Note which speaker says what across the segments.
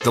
Speaker 1: The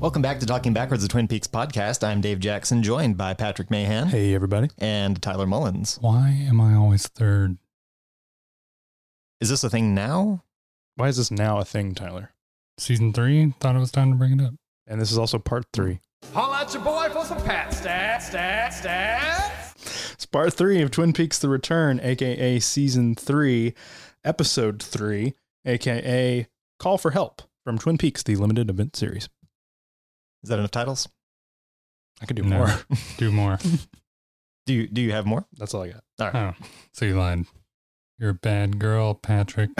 Speaker 2: Welcome back to Talking Backwards, the Twin Peaks podcast. I'm Dave Jackson, joined by Patrick Mahan
Speaker 3: Hey, everybody.
Speaker 2: and Tyler Mullins.
Speaker 3: Why am I always third?
Speaker 2: Is this a thing now?
Speaker 3: Why is this now a thing, Tyler? Season three, thought it was time to bring it up. And this is also part three.
Speaker 4: Holla at your boy for some pat stats, stats, stats.
Speaker 3: It's part three of Twin Peaks The Return, aka season three, episode three, aka Call for Help from Twin Peaks, the limited event series.
Speaker 2: Is that enough titles?
Speaker 3: I could do
Speaker 5: No.
Speaker 3: more.
Speaker 5: Do more.
Speaker 2: Do you do you have more?
Speaker 3: That's all I got.
Speaker 2: All right.
Speaker 5: Oh, so you lied. You're a bad girl, Patrick.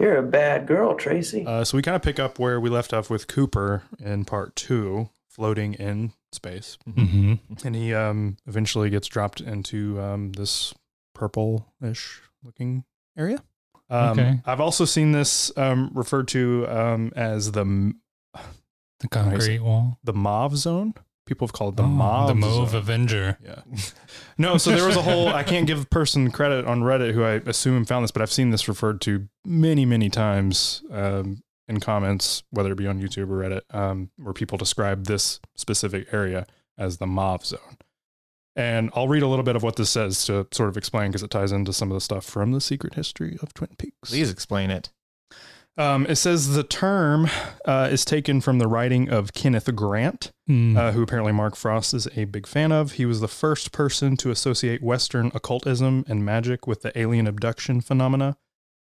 Speaker 6: You're a bad girl, Tracy.
Speaker 3: Uh, so we kind of pick up where we left off with Cooper in part two, floating in space.
Speaker 5: Mm-hmm.
Speaker 3: and he um eventually gets dropped into um this purple-ish looking area. Um,
Speaker 5: Okay.
Speaker 3: I've also seen this um referred to um as the m-
Speaker 5: The concrete wall.
Speaker 3: the mauve zone. People have called it the
Speaker 5: Oh,
Speaker 3: mauve
Speaker 5: The Mauve
Speaker 3: zone.
Speaker 5: Avenger.
Speaker 3: yeah. No, so there was a whole I can't give person credit on Reddit who I assume found this, but I've seen this referred to many, many times um in comments, whether it be on YouTube or Reddit, um, where people describe this specific area as the mauve zone. And I'll read a little bit of what this says to sort of explain because it ties into some of the stuff from the secret history of Twin Peaks.
Speaker 2: Please explain it.
Speaker 3: Um, it says the term uh, is taken from the writing of Kenneth Grant,
Speaker 5: Mm.
Speaker 3: uh, who apparently Mark Frost is a big fan of. He was the first person to associate Western occultism and magic with the alien abduction phenomena,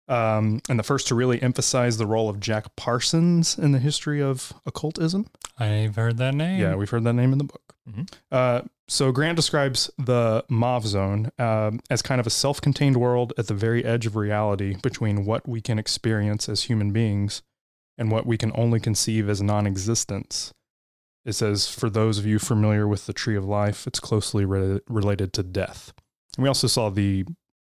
Speaker 3: um, and the first to really emphasize the role of Jack Parsons in the history of occultism.
Speaker 5: I've heard that name.
Speaker 3: Yeah, we've heard that name in the book.
Speaker 2: Mhm.
Speaker 3: Uh, so Grant describes the Mauve Zone um, as kind of a self-contained world at the very edge of reality between what we can experience as human beings and what we can only conceive as non-existence. It says, for those of you familiar with the Tree of Life, it's closely re- related to death. And we also saw the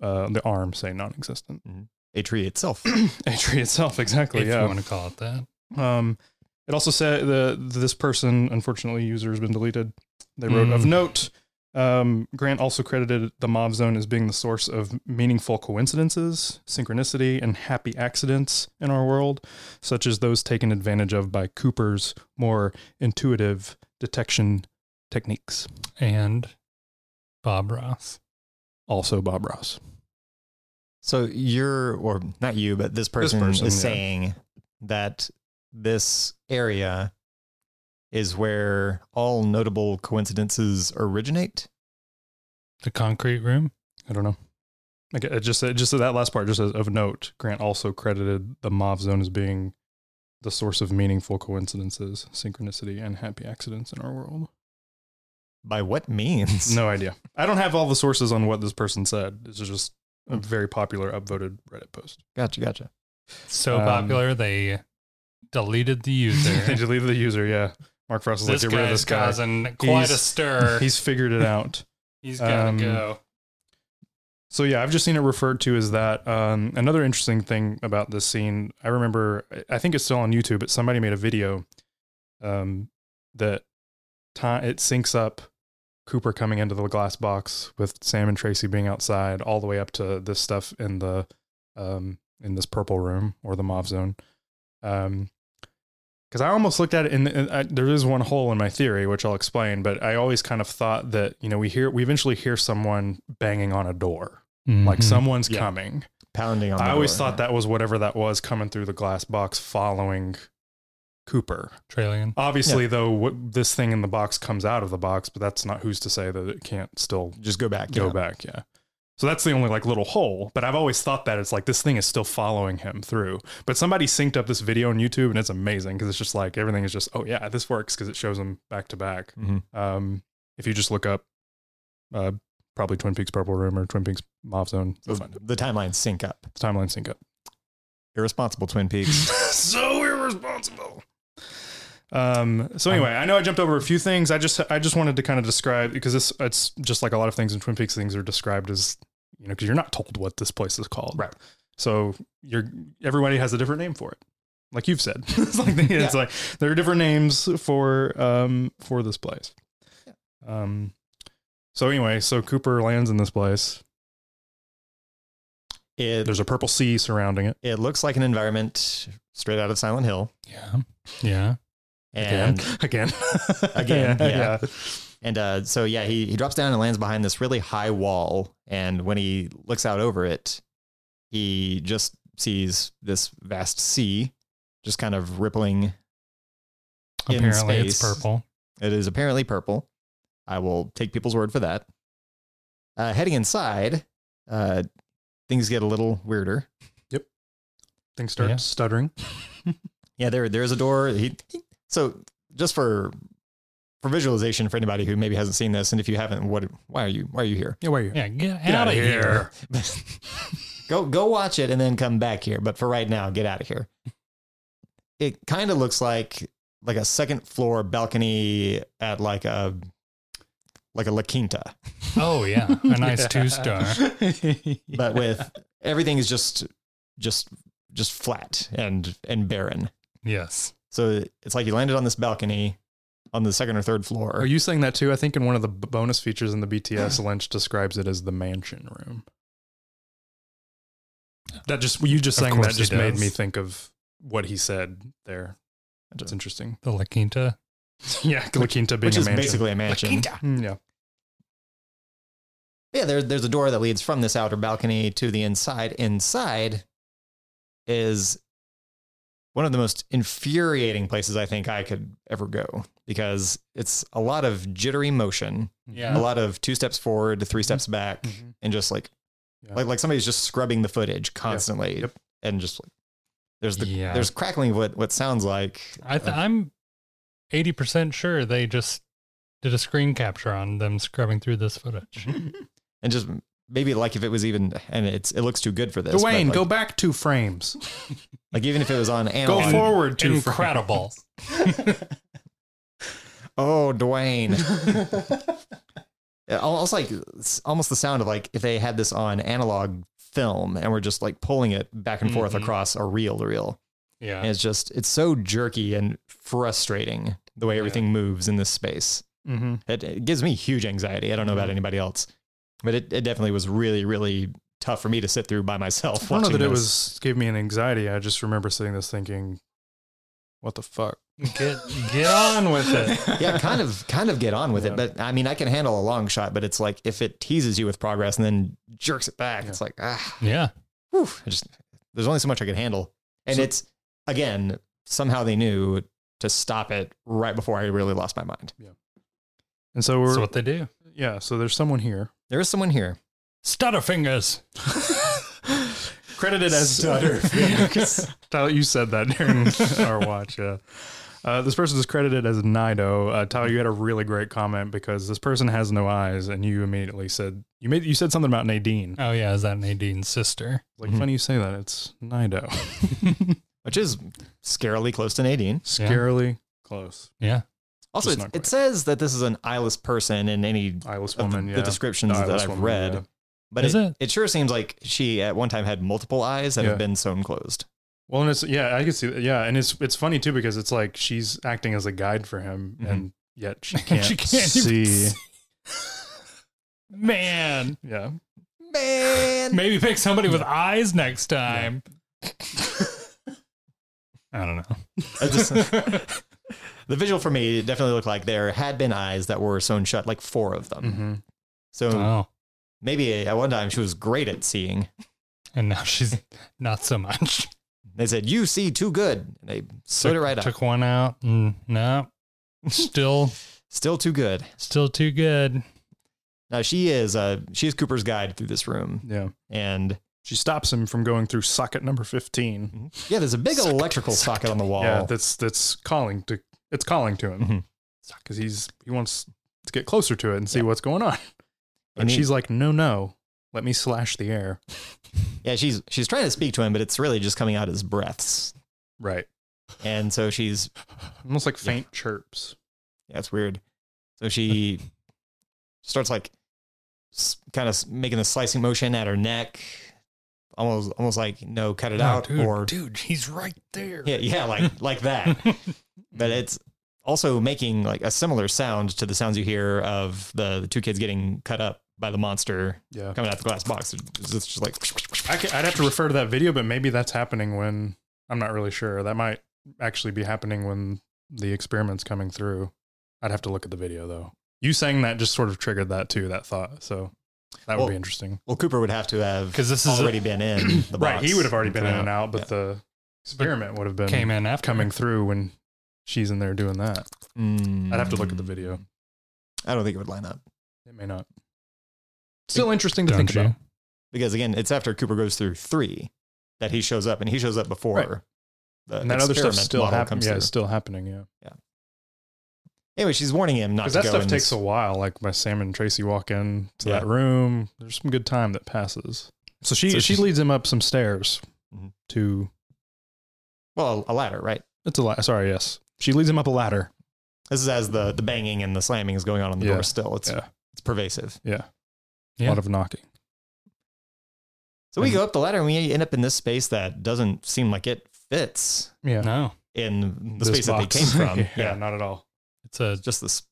Speaker 3: uh, the arm say non-existent.
Speaker 2: A tree itself.
Speaker 3: A tree itself, exactly.
Speaker 5: If
Speaker 3: yeah.
Speaker 5: you want to call it that.
Speaker 3: Um, it also said the this person, unfortunately, user has been deleted. They wrote of
Speaker 5: Mm.
Speaker 3: note. Um, Grant also credited the Mauve Zone as being the source of meaningful coincidences, synchronicity, and happy accidents in our world, such as those taken advantage of by Cooper's more intuitive detection techniques.
Speaker 5: And Bob Ross.
Speaker 3: Also, Bob Ross.
Speaker 2: So you're, or not you, but this person,
Speaker 3: person,
Speaker 2: is
Speaker 3: yeah.
Speaker 2: saying that this area is where all notable coincidences originate.
Speaker 5: The concrete room.
Speaker 3: I don't know. Like it just it just that last part just says of note. Grant also credited the Mauve Zone as being the source of meaningful coincidences, synchronicity, and happy accidents in our world.
Speaker 2: By what means?
Speaker 3: No idea. I don't have all the sources on what this person said. This is just a
Speaker 5: Hmm.
Speaker 3: very popular upvoted Reddit post.
Speaker 2: Gotcha, gotcha.
Speaker 5: So
Speaker 3: Um,
Speaker 5: popular, they deleted the
Speaker 3: they
Speaker 5: user.
Speaker 3: deleted the user. Yeah, Mark Frost is
Speaker 5: this
Speaker 3: like, get rid of
Speaker 5: guy's
Speaker 3: this guy.
Speaker 5: causing quite a
Speaker 3: He's-
Speaker 5: stir.
Speaker 3: He's figured it out.
Speaker 5: He's got to
Speaker 3: um,
Speaker 5: go.
Speaker 3: So yeah, I've just seen it referred to as that. Um, another interesting thing about this scene, I remember, I think it's still on YouTube, but somebody made a video um, that time it syncs up Cooper coming into the glass box with Sam and Tracy being outside, all the way up to this stuff in the um, in this purple room or the mauve zone. Um, because I almost looked at it, and and I, there is one hole in my theory, which I'll explain. But I always kind of thought that you know we hear we eventually hear someone banging on a door, like
Speaker 5: Mhm.
Speaker 2: Mm-hmm.
Speaker 3: someone's
Speaker 2: Yeah.
Speaker 3: coming.
Speaker 2: Pounding on the
Speaker 3: I always
Speaker 2: door.
Speaker 3: thought that was whatever that was coming through the glass box, following Cooper.
Speaker 5: Trillion.
Speaker 3: Obviously, though, what, this thing in the box comes out of the box, but that's not who's to say that it can't still
Speaker 2: Just go back.
Speaker 3: go
Speaker 2: yeah.
Speaker 3: back. Yeah. So that's the only like little hole. But I've always thought that it's like this thing is still following him through. But somebody synced up this video on YouTube and it's amazing because it's just like everything is just oh yeah this works because it shows them back to back.
Speaker 2: Mhm.
Speaker 3: Um, if you just look up, uh, probably Twin Peaks Purple Room or Twin Peaks Mob Zone, you'll
Speaker 2: So
Speaker 3: find it.
Speaker 2: the timelines sync up.
Speaker 3: The timeline sync up.
Speaker 2: Irresponsible Twin Peaks. Oh,
Speaker 3: so irresponsible. Um, so anyway, I know I jumped over a few things. I just I just wanted to kind of describe because this it's just like a lot of things in Twin Peaks. Things are described as you know because you're not told what this place is called,
Speaker 2: Right.
Speaker 3: So you're everybody has a different name for it, like you've said. it's like they, it's like there are different names for um for this place. Um, so anyway, so Cooper lands in this place.
Speaker 2: It,
Speaker 3: There's a purple sea surrounding it.
Speaker 2: it looks like an environment straight out of Silent Hill.
Speaker 5: Yeah. Yeah.
Speaker 2: And
Speaker 3: again,
Speaker 2: Again, yeah. And uh, so, yeah, he, he drops down and lands behind this really high wall. And when he looks out over it, he just sees this vast sea just kind of rippling. In
Speaker 5: Apparently it's
Speaker 2: space.
Speaker 5: purple.
Speaker 2: It is apparently purple. I will take people's word for that. Uh, heading inside, uh, things get a little weirder.
Speaker 3: Things start
Speaker 5: Yeah.
Speaker 3: stuttering.
Speaker 2: Yeah, there there is a door. He, he- so just for for visualization for anybody who maybe hasn't seen this, and if you haven't, what why are you why are you here?
Speaker 3: Yeah, where are you?
Speaker 5: Yeah, get,
Speaker 3: Get
Speaker 5: out
Speaker 3: outta
Speaker 5: of here.
Speaker 3: here.
Speaker 2: go go watch it and then come back here. But for right now, get out of here. It kind of looks like like a second floor balcony at like a like a La Quinta,
Speaker 5: Oh yeah. A nice two star.
Speaker 2: but with everything is just just just flat and and barren.
Speaker 5: Yes.
Speaker 2: So it's like you landed on this balcony on the second or third floor.
Speaker 3: Are you saying that too? I think in one of the b- bonus features in the BTS, Lynch describes it as the mansion room. That just you just
Speaker 5: Of
Speaker 3: saying that
Speaker 5: course he
Speaker 3: just made
Speaker 5: does.
Speaker 3: me think of what he said there. That's interesting.
Speaker 5: The La Quinta.
Speaker 3: Yeah, La Quinta being
Speaker 2: which
Speaker 3: a
Speaker 2: is
Speaker 3: mansion.
Speaker 2: basically a mansion.
Speaker 3: Mm, yeah,
Speaker 2: Yeah, there, there's a door that leads from this outer balcony to the inside. Inside is one of the most infuriating places I think I could ever go because it's a lot of jittery motion,
Speaker 5: Yeah.
Speaker 2: a lot of two steps forward, three steps back, and just like
Speaker 3: Mm-hmm. Yeah.
Speaker 2: like like somebody's just scrubbing the footage constantly,
Speaker 3: Yep.
Speaker 2: and just like, there's the
Speaker 5: Yeah.
Speaker 2: there's crackling of what what sounds like
Speaker 5: I th- I'm eighty percent sure they just did a screen capture on them scrubbing through this footage.
Speaker 2: and just maybe like if it was even and it's it looks too good for this. but,
Speaker 3: Dwayne,
Speaker 2: like,
Speaker 3: go back two frames.
Speaker 2: like even if it was on
Speaker 3: Go
Speaker 2: analog.
Speaker 3: forward two
Speaker 5: Incredible.
Speaker 2: Oh, Dwayne. Yeah, al- almost like it's almost the sound of like if they had this on analog film and we're just like pulling it back and forth
Speaker 3: Mm-hmm.
Speaker 5: Mhm.
Speaker 2: across a reel to reel.
Speaker 5: Yeah.
Speaker 2: And it's just it's so jerky and frustrating the way everything moves in this space.
Speaker 3: Mm-hmm.
Speaker 2: It, it gives me huge anxiety. I don't know about anybody else, but it, it definitely was really really tough for me to sit through by myself.
Speaker 3: I don't know
Speaker 2: watching
Speaker 3: that it
Speaker 2: this.
Speaker 3: was gave me an anxiety. I just remember sitting this thinking, "What the fuck?"
Speaker 5: Get get on with it.
Speaker 2: yeah, kind of, kind of get on with it. But I mean, I can handle a long shot, but it's like if it teases you with progress and then jerks it back, it's like ah,
Speaker 5: Yeah.
Speaker 2: whew, I just there's only so much I could handle. And it's again, somehow they knew to stop it right before I really lost my mind.
Speaker 3: And so we're
Speaker 5: That's what they do.
Speaker 3: yeah. So there's someone here
Speaker 2: There is someone here.
Speaker 5: Stutter fingers.
Speaker 3: credited as Tyler, you said that during our watch. Yeah. Uh, this person is credited as Nido. Uh, Tyler, you had a really great comment because this person has no eyes, and you immediately said you made you said something about Nadine.
Speaker 5: Oh yeah, is that Nadine's sister?
Speaker 3: Like funny you say that. It's Nido.
Speaker 2: Which is scarily close to Nadine.
Speaker 3: Scarily close.
Speaker 5: Yeah.
Speaker 2: Also, it's,
Speaker 3: Just not
Speaker 2: it
Speaker 3: quite.
Speaker 2: says that this is an eyeless person in any
Speaker 3: Eyeless
Speaker 2: of
Speaker 3: woman.
Speaker 2: the,
Speaker 3: yeah.
Speaker 2: the descriptions
Speaker 3: The
Speaker 2: that
Speaker 3: eyeless
Speaker 2: I've
Speaker 3: woman,
Speaker 2: read.
Speaker 3: yeah.
Speaker 2: But
Speaker 5: Is
Speaker 2: it,
Speaker 5: it?
Speaker 2: it? sure seems like she at one time had multiple eyes that
Speaker 3: Yeah.
Speaker 2: have been sewn closed.
Speaker 3: Well, and it's yeah, I can see that. Yeah, and it's it's funny too because it's like she's acting as a guide for him,
Speaker 2: Mhm.
Speaker 3: and yet she can't,
Speaker 5: Mm-hmm. She can't
Speaker 3: see.
Speaker 5: even Man.
Speaker 3: Yeah.
Speaker 2: Man,
Speaker 5: Maybe pick somebody with eyes next time. I don't know.
Speaker 2: I just- the visual for me it definitely looked like there had been eyes that were sewn shut, like four of them.
Speaker 3: Mm-hmm.
Speaker 2: So
Speaker 5: Oh.
Speaker 2: maybe at one time she was great at seeing.
Speaker 5: And now she's not so much.
Speaker 2: And they said, "You see too good." And they slid it right
Speaker 5: took,
Speaker 2: up.
Speaker 5: Took one out. And Mm, no, still,
Speaker 2: Still too good.
Speaker 5: still too good.
Speaker 2: Now she is uh she is Cooper's guide through this room,
Speaker 3: Yeah.
Speaker 2: and
Speaker 3: She stops him from going through socket number 15.
Speaker 2: yeah, there's a big electrical socket on the wall.
Speaker 3: Yeah, that's that's calling to it's calling to him.
Speaker 2: Mhm.
Speaker 3: Cuz he's he wants to get closer to it and see what's going on. But
Speaker 2: And he-
Speaker 3: she's like, "No, no. Let me slash the air."
Speaker 2: yeah, she's she's trying to speak to him, but it's really just coming out as breaths,
Speaker 3: Right.
Speaker 2: and so she's
Speaker 3: Almost like faint chirps.
Speaker 2: yeah, it's weird. So she starts like kind of making the slicing motion at her neck, almost almost like no, cut it
Speaker 3: Oh,
Speaker 5: No,
Speaker 2: out
Speaker 5: dude,
Speaker 2: or
Speaker 5: dude, he's right there.
Speaker 2: yeah, yeah, like like that. but it's also making like a similar sound to the sounds you hear of the, the two kids getting cut up by the monster
Speaker 3: Yeah.
Speaker 2: coming out the glass box. It's just like
Speaker 3: I could, I'd have to refer to that video, but maybe that's happening when I'm not really sure. That might actually be happening when the experiment's coming through. I'd have to look at the video though. You saying that just sort of triggered that too, that thought. So that would
Speaker 2: Well,
Speaker 3: be interesting.
Speaker 2: well, Cooper would have to have
Speaker 5: 'Cause this is a-
Speaker 2: already been in the box.
Speaker 3: Right. He would have already been in and out, but
Speaker 2: Yeah.
Speaker 3: the experiment would have been
Speaker 5: Came in after.
Speaker 3: coming through when she's in there doing that.
Speaker 2: Mm.
Speaker 3: I'd have to look at the video.
Speaker 2: I don't think it would line up
Speaker 3: It may not. Still interesting to think
Speaker 5: Don't you?
Speaker 3: about.
Speaker 2: because again, it's after Cooper goes through three that he shows up, and he shows up before
Speaker 3: Right.
Speaker 2: the
Speaker 3: And that other stuff's
Speaker 2: experiment
Speaker 3: still
Speaker 2: model
Speaker 3: happening.
Speaker 2: comes
Speaker 3: Yeah,
Speaker 2: through.
Speaker 3: it's still happening. Yeah.
Speaker 2: Anyway, she's warning him not to
Speaker 3: Because
Speaker 2: go.
Speaker 3: that stuff
Speaker 2: in
Speaker 3: takes
Speaker 2: this-
Speaker 3: a while. Like when Sam and Tracy walk in to
Speaker 2: Yeah.
Speaker 3: that room, there's some good time that passes. So she
Speaker 2: So
Speaker 3: she
Speaker 2: she's-
Speaker 3: leads him up some stairs
Speaker 2: Mhm.
Speaker 3: to
Speaker 2: well a ladder, right?
Speaker 3: it's a la- sorry yes she leads him up a ladder.
Speaker 2: This is as the the banging and the slamming is going on on the
Speaker 3: Yeah.
Speaker 2: door. Still, it's
Speaker 3: Yeah.
Speaker 2: it's pervasive.
Speaker 3: Yeah, a
Speaker 5: Yeah.
Speaker 3: lot of knocking.
Speaker 2: So we
Speaker 3: And-
Speaker 2: go up the ladder and we end up in this space that doesn't seem like it fits
Speaker 3: Yeah,
Speaker 5: No,
Speaker 2: in the
Speaker 3: This
Speaker 2: space that
Speaker 3: box.
Speaker 2: they came from.
Speaker 3: yeah, not at all.
Speaker 5: it's a
Speaker 2: It's just this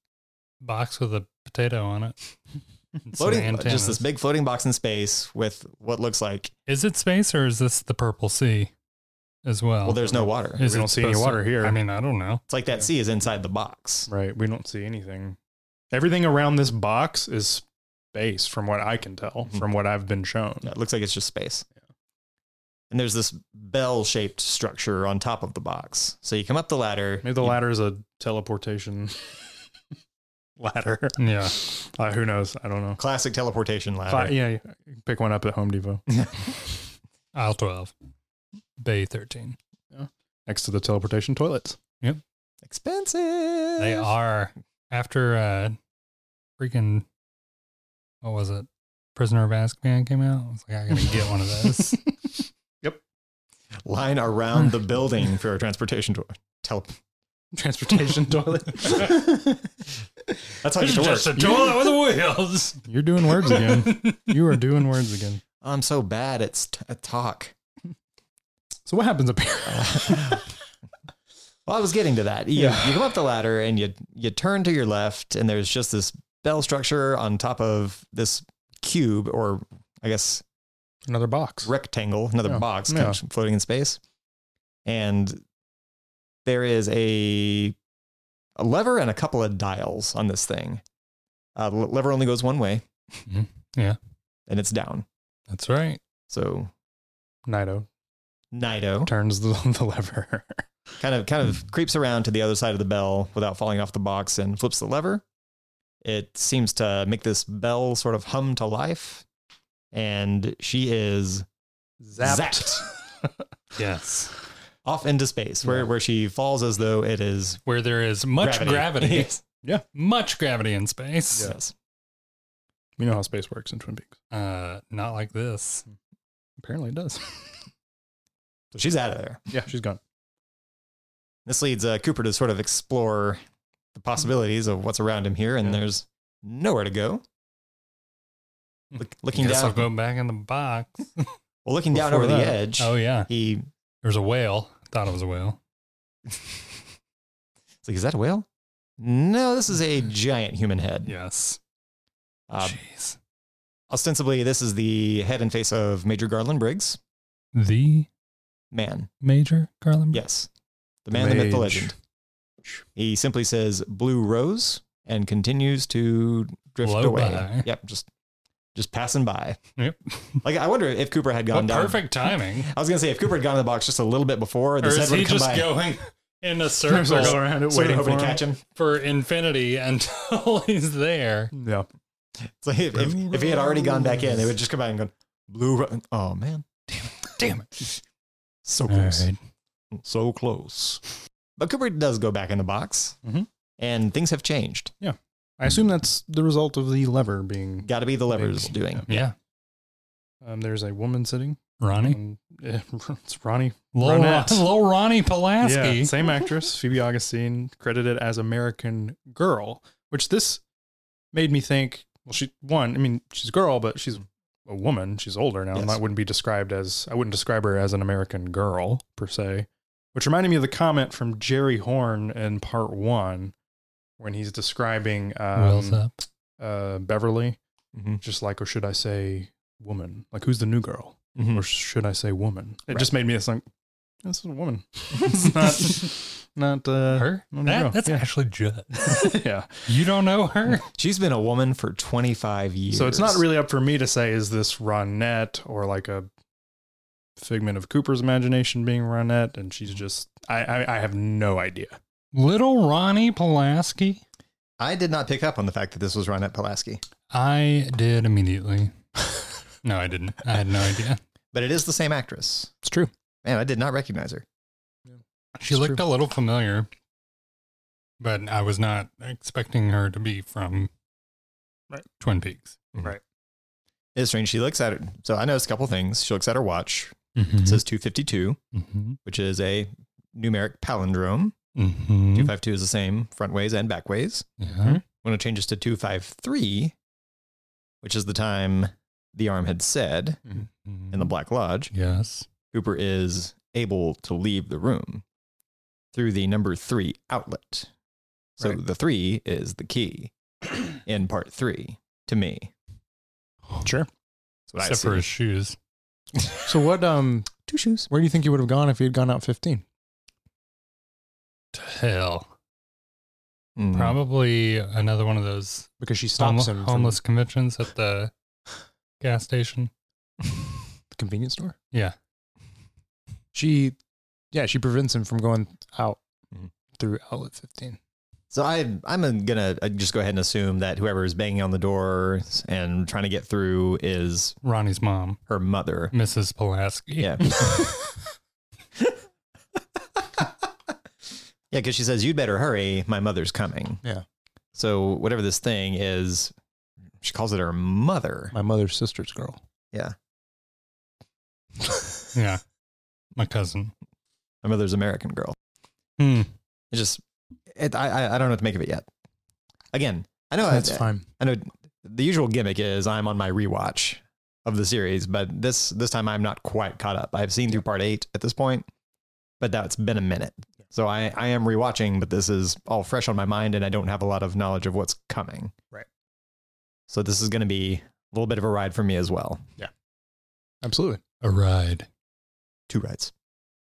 Speaker 5: box with a potato on it. It's an
Speaker 2: floating,
Speaker 5: antenna.
Speaker 2: just this big floating box in space with what looks like
Speaker 5: Is it space or is this the purple sea as well?
Speaker 2: well, there's no water.
Speaker 5: Is
Speaker 3: We
Speaker 5: it
Speaker 3: don't see any
Speaker 5: supposed to-
Speaker 3: water here.
Speaker 5: I mean, I don't know.
Speaker 2: It's like that sea is inside the box.
Speaker 3: Right, we don't see anything. Everything around this box is space, from what I can tell,
Speaker 2: Mhm.
Speaker 3: from what I've been shown.
Speaker 2: No, It looks like it's just space. And there's this bell-shaped structure on top of the box. So you come up the ladder.
Speaker 3: Maybe the
Speaker 2: you-
Speaker 3: ladder is a teleportation ladder.
Speaker 5: Yeah.
Speaker 3: Uh, who knows? I don't know.
Speaker 2: Classic teleportation ladder.
Speaker 3: Fi- yeah, yeah, pick one up at Home Depot.
Speaker 5: Aisle 12, Bay 13.
Speaker 3: next to the teleportation toilets.
Speaker 2: Expensive.
Speaker 5: They are. After uh, freaking, what was it? Prisoner of Azkaban came out. I was like, I gotta get one of those.
Speaker 2: line around the building for a transportation to tele-
Speaker 3: Transportation toilet.
Speaker 2: That's how you
Speaker 5: just a
Speaker 2: work.
Speaker 5: toilet with wheels.
Speaker 3: You're doing words again. you are doing words again.
Speaker 2: I'm so bad at, st- at talk.
Speaker 3: So what happens up here?
Speaker 2: Well, I was getting to that. You,
Speaker 3: Yeah.
Speaker 2: you come up the ladder and you you turn to your left, and there's just this bell structure on top of this cube, or I guess
Speaker 3: Another box.
Speaker 2: rectangle, another
Speaker 3: Yeah.
Speaker 2: box kind of floating in space. And there is a a lever and a couple of dials on this thing. Uh, the lever only goes one way.
Speaker 5: Mhm.
Speaker 3: Mm-hmm.
Speaker 5: Yeah.
Speaker 2: and it's down.
Speaker 5: That's right.
Speaker 2: So
Speaker 3: Nido
Speaker 2: Nido
Speaker 3: turns the, the lever.
Speaker 2: kind of kind
Speaker 3: mm.
Speaker 2: of creeps around to the other side of the bell without falling off the box and flips the lever. It seems to make this bell sort of hum to life, and she is
Speaker 3: Zapped.
Speaker 5: Yes.
Speaker 2: off into space, where
Speaker 3: Yeah.
Speaker 2: where she falls as though it is
Speaker 5: Where there is much gravity.
Speaker 2: Yes.
Speaker 5: Much gravity in space.
Speaker 2: yes.
Speaker 3: You know how space works in Twin Peaks.
Speaker 5: Uh, not like this.
Speaker 3: Apparently it does.
Speaker 2: So she's out of there.
Speaker 3: yeah, she's gone.
Speaker 2: This leads uh, Cooper to sort of explore the possibilities of what's around him here, and
Speaker 3: Yeah.
Speaker 2: there's nowhere to go. Look, looking
Speaker 5: Hmm. Guess
Speaker 2: down,
Speaker 5: I'll go back in the box.
Speaker 2: well, looking down
Speaker 3: before
Speaker 2: over the
Speaker 3: that.
Speaker 2: edge,
Speaker 5: Oh yeah,
Speaker 2: he
Speaker 5: there's a whale. Thought it was a whale.
Speaker 2: It's like, is that a whale? No, this is a
Speaker 5: Hmm.
Speaker 2: giant human head.
Speaker 5: Yes.
Speaker 2: Uh,
Speaker 5: Jeez.
Speaker 2: ostensibly, this is the head and face of Major Garland Briggs.
Speaker 5: The
Speaker 2: Man,
Speaker 5: Major Garland.
Speaker 2: yes. The man, the myth, the
Speaker 3: Mage.
Speaker 2: legend. He simply says blue rose and continues to drift
Speaker 5: Blow
Speaker 2: away.
Speaker 5: by.
Speaker 2: Yep, just just passing by.
Speaker 7: Yep.
Speaker 2: Like I wonder if Cooper had gone
Speaker 7: What
Speaker 2: down.
Speaker 7: perfect timing.
Speaker 2: I was gonna say if Cooper had gone in the box just a little bit before,
Speaker 7: or
Speaker 2: the
Speaker 7: is
Speaker 2: set
Speaker 7: he
Speaker 2: would come
Speaker 7: just
Speaker 2: by.
Speaker 7: going in a
Speaker 3: There's a
Speaker 7: circle
Speaker 3: girl around
Speaker 2: sort
Speaker 3: it
Speaker 2: of
Speaker 3: waiting for
Speaker 2: hoping
Speaker 3: him.
Speaker 2: to catch him.
Speaker 7: for infinity until he's there?
Speaker 3: Yeah.
Speaker 2: It's like if, if, if he had already gone back in, they would just come back and go blue. Ro-. Oh man,
Speaker 7: Damn it.
Speaker 2: so
Speaker 7: All
Speaker 2: close,
Speaker 7: right.
Speaker 2: so close. But Cooper does go back in the box,
Speaker 7: Mm-hmm.
Speaker 3: Mhm.
Speaker 2: and things have changed.
Speaker 3: I assume that's the result of the lever being.
Speaker 2: Got to be the levers doing.
Speaker 7: Yeah.
Speaker 3: Um, there's a woman sitting.
Speaker 7: Ronnie.
Speaker 3: Um, yeah, it's Ronnie.
Speaker 7: Low,
Speaker 3: Ronette.
Speaker 7: Low Ronnie Pulaski.
Speaker 3: Yeah, same actress, Phoebe Augustine, credited as American Girl, which this made me think. Well, she one, I mean, she's a girl, but she's a woman. She's older now,
Speaker 2: Yes.
Speaker 3: and that wouldn't be described as. I wouldn't describe her as an American girl per se. Which reminded me of the comment from Jerry Horn in part one, when he's describing
Speaker 7: Will's
Speaker 3: um,
Speaker 7: up.
Speaker 3: uh, Beverly,
Speaker 2: Mhm.
Speaker 3: just like, or should I say woman? Like, who's the new girl?
Speaker 2: Mhm.
Speaker 3: Or should I say woman? It
Speaker 2: Right.
Speaker 3: just made me think, this is a woman. it's not, not uh,
Speaker 7: Her?
Speaker 3: no, no,
Speaker 7: That-
Speaker 3: no.
Speaker 7: that's
Speaker 3: Yeah.
Speaker 7: Ashley Judd.
Speaker 3: yeah.
Speaker 7: you don't know her?
Speaker 2: She's been a woman for 25 years.
Speaker 3: So it's not really up for me to say, is this Ronette or like a figment of Cooper's imagination being Ronette? And she's just, I, I, I have no idea.
Speaker 7: Little Ronnie Pulaski.
Speaker 2: I did not pick up on the fact that this was Ronette Pulaski,
Speaker 7: I did immediately. no, I didn't. I had no idea.
Speaker 2: but it is the same actress.
Speaker 3: It's true.
Speaker 2: Man, I did not recognize her.
Speaker 7: She looked a little familiar, but I was not expecting her to be from Twin Peaks.
Speaker 2: It's strange. She looks at it. So I noticed a couple things. She looks at her watch. It says 252,
Speaker 7: mm-hmm.
Speaker 2: which is a numeric palindrome.
Speaker 7: Mm-hmm.
Speaker 2: 252 is the same front ways and back ways.
Speaker 7: Yeah.
Speaker 3: Mm-hmm.
Speaker 2: When it changes to 253, which is the time the arm had said
Speaker 3: Mm-hmm.
Speaker 2: in the Black Lodge,
Speaker 7: Yes.
Speaker 2: Cooper is able to leave the room through the number three outlet. So
Speaker 3: Right.
Speaker 2: the three is the key in part three to me.
Speaker 3: Sure.
Speaker 2: That's what
Speaker 7: Except for
Speaker 2: I
Speaker 7: his
Speaker 2: see.
Speaker 7: shoes.
Speaker 3: So what, um,
Speaker 2: Two shoes.
Speaker 3: where do you think you would have gone if you had gone out 15?
Speaker 7: To hell.
Speaker 2: Mm.
Speaker 7: Probably another one of those
Speaker 3: Because she stops
Speaker 7: homeless,
Speaker 3: him from
Speaker 7: homeless conventions at the gas station.
Speaker 3: the convenience store.
Speaker 7: Yeah.
Speaker 3: she yeah she prevents him from going out
Speaker 2: Mhm.
Speaker 3: through outlet 15
Speaker 2: So I, I'm gonna uh, just go ahead and assume that whoever is banging on the door and trying to get through is
Speaker 7: Ronnie's mom,
Speaker 2: her mother.
Speaker 7: Mrs. Pulaski.
Speaker 2: Yeah. yeah, because she says, You'd better hurry. My mother's coming.
Speaker 3: Yeah.
Speaker 2: So, whatever this thing is, she calls it her mother.
Speaker 3: my mother's sister's girl
Speaker 7: Yeah. My cousin.
Speaker 2: My mother's American girl.
Speaker 7: Hmm.
Speaker 2: It just, it, I, I, I don't know what to make of it yet. Again, I know
Speaker 3: that's
Speaker 2: I,
Speaker 3: fine
Speaker 2: I know the usual gimmick is I'm on my rewatch of the series, but this this time I'm not quite caught up. I've seen through part eight at this point, but that's been a minute. So I, I am rewatching, but this is all fresh on my mind and I don't have a lot of knowledge of what's coming.
Speaker 3: Right.
Speaker 2: So this is gonna be a little bit of a ride for me as well.
Speaker 3: absolutely
Speaker 7: A ride.
Speaker 2: Two rides.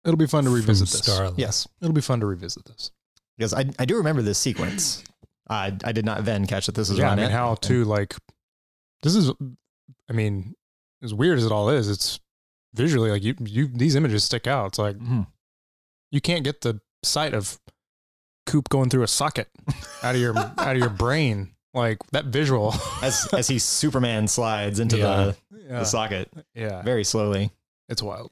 Speaker 3: it'll be fun to
Speaker 7: from
Speaker 3: revisit this
Speaker 7: Starlight.
Speaker 2: Yes.
Speaker 3: it'll be fun to revisit this
Speaker 2: Because I, I do remember this sequence. I I did not then catch that this is
Speaker 3: yeah i mean
Speaker 2: Ronette.
Speaker 3: how to like this is i mean as weird as it all is it's visually like you you these images stick out it's like
Speaker 2: Mhm.
Speaker 3: you can't get the sight of coop going through a socket out of your out of your brain like that visual
Speaker 2: as as he Superman slides into
Speaker 7: Yeah.
Speaker 2: the,
Speaker 3: yeah,
Speaker 2: the socket
Speaker 3: yeah.
Speaker 2: very slowly.
Speaker 3: it's wild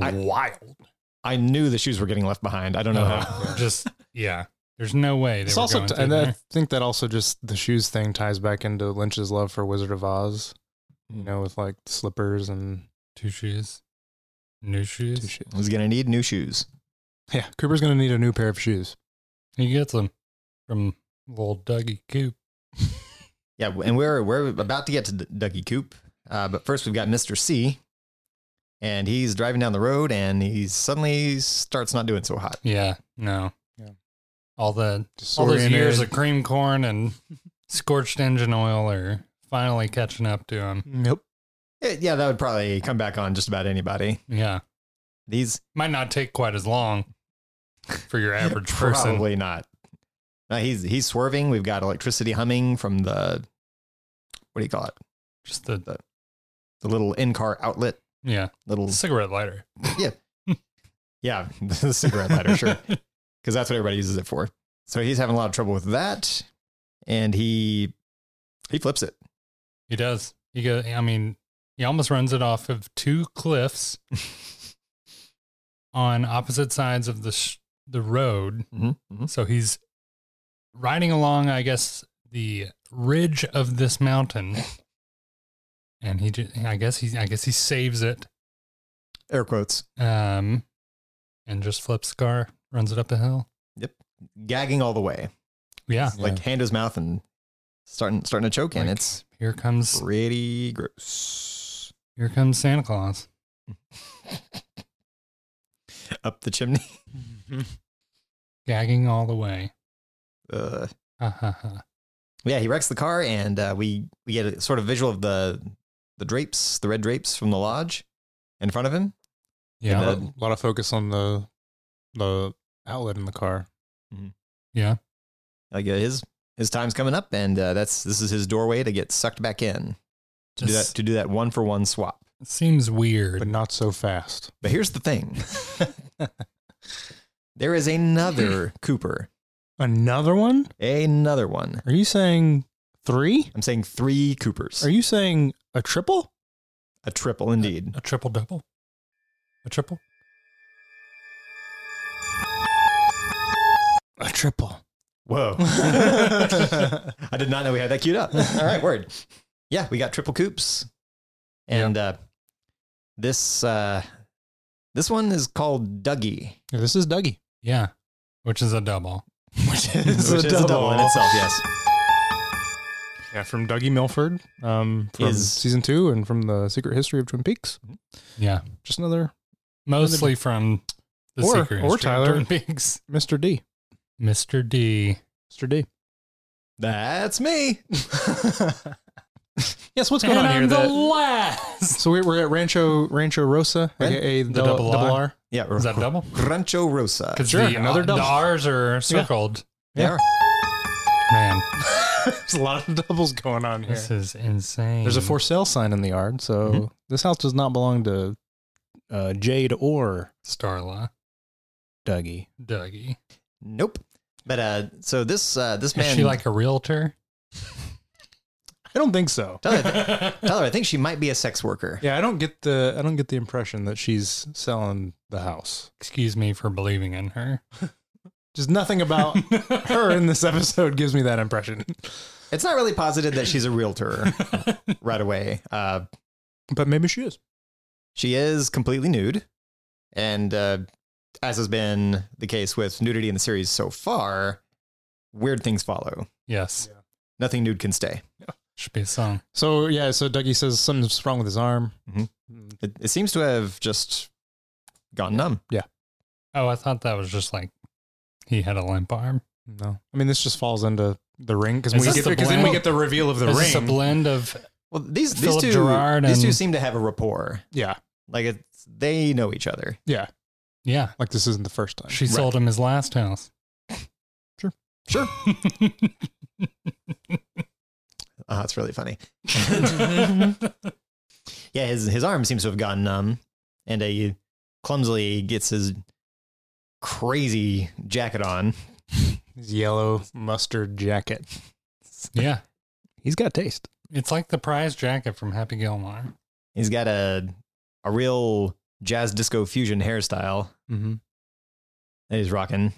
Speaker 2: I-
Speaker 7: Wild.
Speaker 2: I knew the shoes were getting left behind. I don't know how.
Speaker 7: Uh, just, yeah. There's no way. They
Speaker 3: It's
Speaker 7: were
Speaker 3: also,
Speaker 7: going
Speaker 3: t-
Speaker 7: through
Speaker 3: and I
Speaker 7: there.
Speaker 3: think that also just the shoes thing ties back into Lynch's love for Wizard of Oz, you know, with like slippers and
Speaker 7: Two shoes. New shoes.
Speaker 3: two shoes.
Speaker 2: He's gonna need new shoes.
Speaker 3: Yeah, Cooper's gonna need a new pair of shoes.
Speaker 7: He gets them from little Dougie Coop.
Speaker 2: Yeah, and we're we're about to get to D- Dougie Coop, uh, but first we've got Mister C, and he's driving down the road, and he suddenly starts not doing so hot.
Speaker 7: Yeah. No.
Speaker 3: Yeah.
Speaker 7: All the all those
Speaker 3: Disoriented.
Speaker 7: years of cream corn and scorched engine oil are finally catching up to him.
Speaker 3: nope.
Speaker 2: It- Eh, yeah, that would probably come back on just about anybody.
Speaker 7: Yeah.
Speaker 2: These
Speaker 7: Might not take quite as long for your average person.
Speaker 2: probably not. Uh, he's he's swerving. We've got electricity humming from the what do you call it?
Speaker 7: Just the
Speaker 2: the little in-car outlet,
Speaker 7: yeah
Speaker 2: little
Speaker 7: cigarette lighter.
Speaker 2: yeah, the cigarette lighter, sure, because that's what everybody uses it for. So he's having a lot of trouble with that, and he he flips it.
Speaker 7: He does. He go. I mean, he almost runs it off of two cliffs on opposite sides of the sh- the road.
Speaker 2: Mhm, mhm.
Speaker 7: So he's riding along, I guess, the ridge of this mountain, and he. ju- I guess he. I guess he saves it.
Speaker 2: Air quotes,
Speaker 7: Um, and just flips the car, runs it up the hill.
Speaker 2: gagging all the way,
Speaker 7: Yeah.
Speaker 2: like hand to his mouth and starting starting to choke, and
Speaker 7: Like-
Speaker 2: it's
Speaker 7: Here comes.
Speaker 2: pretty gross.
Speaker 7: Here comes Santa Claus.
Speaker 2: Up the chimney.
Speaker 7: Gagging all the way.
Speaker 2: Uh,
Speaker 7: Ha ha ha.
Speaker 2: yeah, he wrecks the car, and uh, we we get a sort of visual of the the drapes, the red drapes from the lodge, in front of him.
Speaker 7: Yeah.
Speaker 2: And, uh,
Speaker 3: A lot of focus on the the outlet in the car.
Speaker 7: yeah.
Speaker 2: Mm-hmm. like uh, his his time's coming up, and uh, that's this is his doorway to get sucked back in to do that
Speaker 7: Just
Speaker 2: to do that one for one swap.
Speaker 7: seems weird.
Speaker 3: But not so fast.
Speaker 2: But here's the thing: there is another Cooper,
Speaker 3: Another one?
Speaker 2: another one.
Speaker 3: Are you saying three?
Speaker 2: I'm saying three Coopers,
Speaker 3: Are you saying a triple?
Speaker 2: a triple indeed.
Speaker 7: A triple double? A triple?
Speaker 3: A triple.
Speaker 2: Whoa! I did not know we had that queued up. All right, word. Yeah, we got triple coops, and uh, this uh, this one is called Dougie.
Speaker 3: Yeah, this is Dougie.
Speaker 7: Yeah. Which is a double.
Speaker 2: which is,
Speaker 3: a
Speaker 2: which is a
Speaker 3: double.
Speaker 2: double in itself. Yes,
Speaker 3: Yeah, from Dougie Milford, um, from
Speaker 2: Is-
Speaker 3: season two and from the Secret History of Twin Peaks.
Speaker 7: Yeah.
Speaker 3: Just another
Speaker 7: Mostly from the
Speaker 3: Or-
Speaker 7: secret
Speaker 3: or
Speaker 7: History of
Speaker 3: Tyler.
Speaker 7: Twin Peaks.
Speaker 3: Mr. D.
Speaker 7: Mr. D.
Speaker 3: Mr. D.
Speaker 2: that's me.
Speaker 3: Yes, what's
Speaker 7: and I'm the last.
Speaker 3: so we- we're at Rancho Rancho Rosa,
Speaker 2: Ran-
Speaker 3: aka the,
Speaker 7: The double
Speaker 3: double
Speaker 7: R.
Speaker 3: R.
Speaker 2: yeah,
Speaker 7: Is that a double?
Speaker 2: Rancho Rosa.
Speaker 7: Because
Speaker 3: Sure,
Speaker 7: the, uh,
Speaker 3: another double.
Speaker 7: the R's are circled.
Speaker 2: They are.
Speaker 7: Man,
Speaker 3: There's a lot of doubles going on here.
Speaker 7: this is insane.
Speaker 3: There's a for sale sign in the yard, so this house does not belong to uh, Jade or
Speaker 7: Starla,
Speaker 3: Dougie.
Speaker 7: Dougie.
Speaker 2: Nope. But uh, so this uh, this
Speaker 7: Is
Speaker 2: man.
Speaker 7: she like a realtor?
Speaker 3: I don't think so.
Speaker 2: Tyler, I thi- Tyler, I think she might be a sex worker.
Speaker 3: Yeah, I don't get the I don't get the impression that she's selling the house.
Speaker 7: Excuse me for believing in her.
Speaker 3: Just nothing about her in this episode gives me that impression.
Speaker 2: It's not really posited that she's a realtor right away. Uh,
Speaker 3: But maybe she is.
Speaker 2: she is completely nude, and uh, as has been the case with nudity in the series so far, weird things follow.
Speaker 7: Yes.
Speaker 2: Nothing nude can stay.
Speaker 7: Should be a song.
Speaker 3: So yeah, so Dougie says something's wrong with his arm.
Speaker 2: It, it seems to have just gone numb.
Speaker 7: Oh, I thought that was just like he had a limp arm.
Speaker 3: No, I mean this just falls into the ring because
Speaker 7: Is
Speaker 3: we
Speaker 7: this
Speaker 3: get
Speaker 7: the
Speaker 3: because then we
Speaker 7: blend?
Speaker 3: get the reveal of the
Speaker 7: Is
Speaker 3: ring.
Speaker 7: this a blend of
Speaker 2: Well, these these
Speaker 7: Philip
Speaker 2: two
Speaker 7: Gerard
Speaker 2: these two
Speaker 7: and-
Speaker 2: seem to have a rapport.
Speaker 3: yeah,
Speaker 2: Like it's, they know each other.
Speaker 3: yeah.
Speaker 7: yeah.
Speaker 3: Like this isn't the first time.
Speaker 7: She sold him his last house.
Speaker 2: Sure. Oh, that's really funny. yeah, his his arm seems to have gone numb, and he clumsily gets his crazy jacket on.
Speaker 3: His yellow mustard jacket.
Speaker 7: yeah.
Speaker 3: He's got taste.
Speaker 7: It's like the prize jacket from Happy Gilmore.
Speaker 2: He's got a a real jazz disco fusion hairstyle
Speaker 3: Mm-hmm.
Speaker 2: that he's rocking.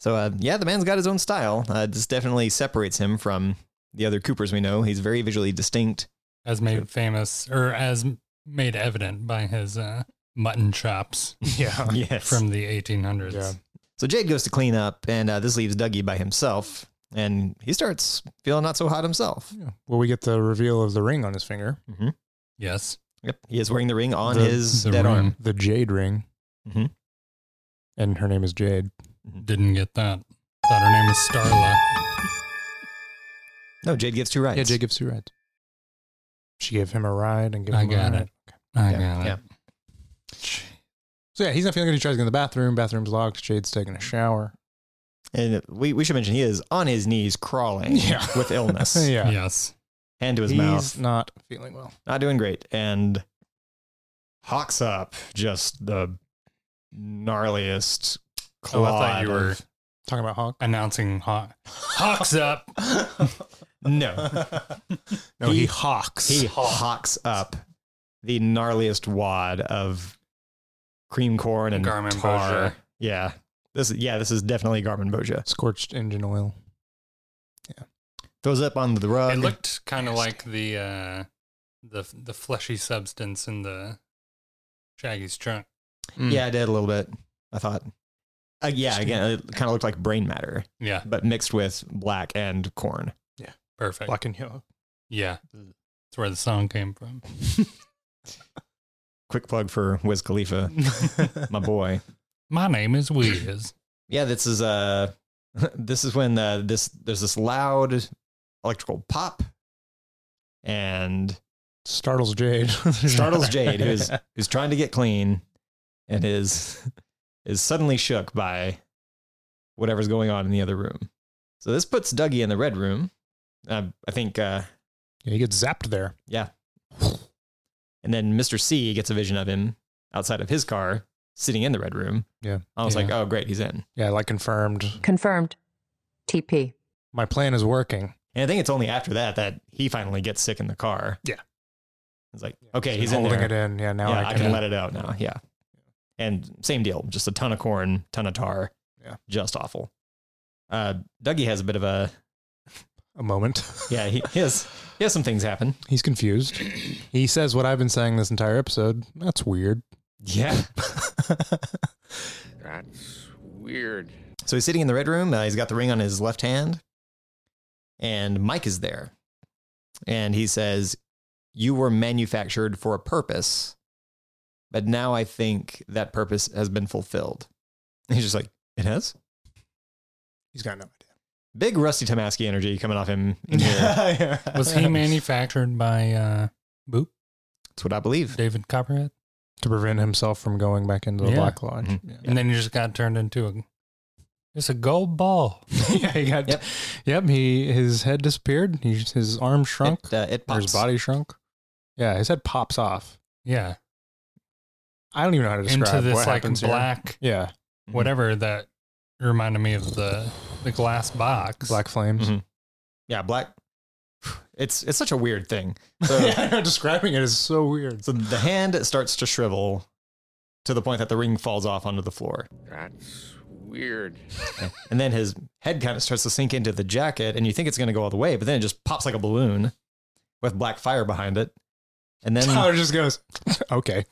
Speaker 2: So uh, yeah, the man's got his own style. Uh, this definitely separates him from the other Coopers we know. He's very visually distinct.
Speaker 7: As made famous or as made evident by his uh, mutton chops
Speaker 3: Yeah.
Speaker 2: Yes.
Speaker 7: from the 1800s.
Speaker 3: Yeah.
Speaker 2: So Jade goes to clean up, and uh, this leaves Dougie by himself, and he starts feeling not so hot himself.
Speaker 3: yeah. Well, we get the reveal of the ring on his finger,
Speaker 7: Yes.
Speaker 2: Yep, he is wearing the ring on
Speaker 3: The-
Speaker 2: his
Speaker 7: the
Speaker 2: dead
Speaker 7: ring.
Speaker 2: arm.
Speaker 3: the jade ring,
Speaker 2: Mhm.
Speaker 3: and her name is Jade. Mm-hmm.
Speaker 7: Didn't get that. Thought her name was Starla.
Speaker 2: No, Jade gets two rights.
Speaker 3: Yeah, Jade gives two rides. She gave him a ride and gave
Speaker 7: I
Speaker 3: him
Speaker 7: got
Speaker 3: a ride.
Speaker 7: it. I
Speaker 2: Yeah,
Speaker 7: got it.
Speaker 2: yeah.
Speaker 3: So yeah, he's not feeling good. He tries to go in the bathroom. Bathroom's locked. Jade's taking a shower.
Speaker 2: and we, we should mention he is on his knees crawling
Speaker 3: Yeah.
Speaker 2: with illness.
Speaker 3: yeah.
Speaker 7: Yes.
Speaker 2: hand to his
Speaker 3: He's
Speaker 2: mouth.
Speaker 3: not feeling well.
Speaker 2: Not doing great. And hawks up just the gnarliest
Speaker 5: Oh,
Speaker 2: claw.
Speaker 5: I thought you were
Speaker 2: of-
Speaker 5: talking about Hawk announcing Hawk. Hawks up.
Speaker 2: no.
Speaker 5: No, he, hawks.
Speaker 2: He hawks up the gnarliest wad of cream corn and
Speaker 5: Garmin
Speaker 2: tar.
Speaker 5: Boja.
Speaker 2: Yeah. This is yeah, this is definitely Garmin Boja.
Speaker 3: Scorched engine oil.
Speaker 2: Throws up on the rug.
Speaker 5: it looked kind of like the uh, the the fleshy substance in the Shaggy's trunk.
Speaker 2: Yeah, I did a little bit. I thought. Uh, yeah, again, it kind of looked like brain matter,
Speaker 5: Yeah,
Speaker 2: but mixed with black and corn.
Speaker 5: perfect.
Speaker 3: Black and yellow.
Speaker 5: Yeah, that's where the song came from.
Speaker 2: Quick plug for Wiz Khalifa, my boy.
Speaker 5: My name is Wiz.
Speaker 2: Yeah, this is uh this is when uh, this there's this loud electrical pop and
Speaker 3: Startles Jade.
Speaker 2: startles Jade, who's who's trying to get clean and is is suddenly shook by whatever's going on in the other room. So this puts Dougie in the red room. Uh, I think uh,
Speaker 3: Yeah, he gets zapped there.
Speaker 2: And then Mr. C gets a vision of him outside of his car sitting in the red room.
Speaker 3: Yeah.
Speaker 2: I was
Speaker 5: Yeah.
Speaker 2: like, oh, great, he's in.
Speaker 3: Yeah, like confirmed.
Speaker 8: Confirmed. TP.
Speaker 3: My plan is working.
Speaker 2: And I think it's only after that that he finally gets sick in the car.
Speaker 3: Yeah.
Speaker 2: It's like, okay, he's in
Speaker 3: holding
Speaker 2: there.
Speaker 3: it in. Yeah, now
Speaker 2: yeah,
Speaker 3: I can.
Speaker 2: let it out now. Yeah. And same deal, just a ton of corn, ton of tar.
Speaker 3: Yeah.
Speaker 2: Just awful. Uh, Dougie has a bit of a,
Speaker 3: a moment.
Speaker 2: yeah, he, he, has, he has some things happen.
Speaker 3: He's confused. He says what I've been saying this entire episode. That's weird.
Speaker 2: Yeah.
Speaker 9: That's weird.
Speaker 2: So he's sitting in the red room. Uh, he's got the ring on his left hand, and Mike is there, and he says, "You were manufactured for a purpose, but now I think that purpose has been fulfilled." And he's just like, "It has."
Speaker 3: He's got no idea.
Speaker 2: Big rusty Tomasky energy coming off him. In here.
Speaker 5: Was he manufactured by uh, Boop
Speaker 2: That's what I believe.
Speaker 5: David Copperhead?
Speaker 3: To prevent himself from going back into the
Speaker 5: Yeah.
Speaker 3: Black Lodge.
Speaker 2: Mhm.
Speaker 5: And then he just got turned into a it's a gold ball.
Speaker 3: yeah, he got.
Speaker 2: Yep.
Speaker 3: Yep. he his head disappeared. He, his arm shrunk.
Speaker 2: It, uh, it
Speaker 3: or his
Speaker 2: pops.
Speaker 3: body shrunk. Yeah, his head pops off.
Speaker 5: Yeah,
Speaker 3: I don't even know how to describe
Speaker 5: into this
Speaker 3: what
Speaker 5: like
Speaker 3: happens here.
Speaker 5: black
Speaker 3: Yeah,
Speaker 2: Mhm.
Speaker 5: whatever that reminded me of the the glass box.
Speaker 3: black flames.
Speaker 2: Mhm. Yeah, black. It's it's such a weird thing. So
Speaker 3: yeah, describing it is so weird.
Speaker 2: So the hand starts to shrivel to the point that the ring falls off onto the floor.
Speaker 9: That's weird.
Speaker 2: And then his head kind of starts to sink into the jacket, and you think it's going to go all the way, but then it just pops like a balloon with black fire behind it. And
Speaker 3: Oh,
Speaker 2: then,
Speaker 3: it just goes. okay.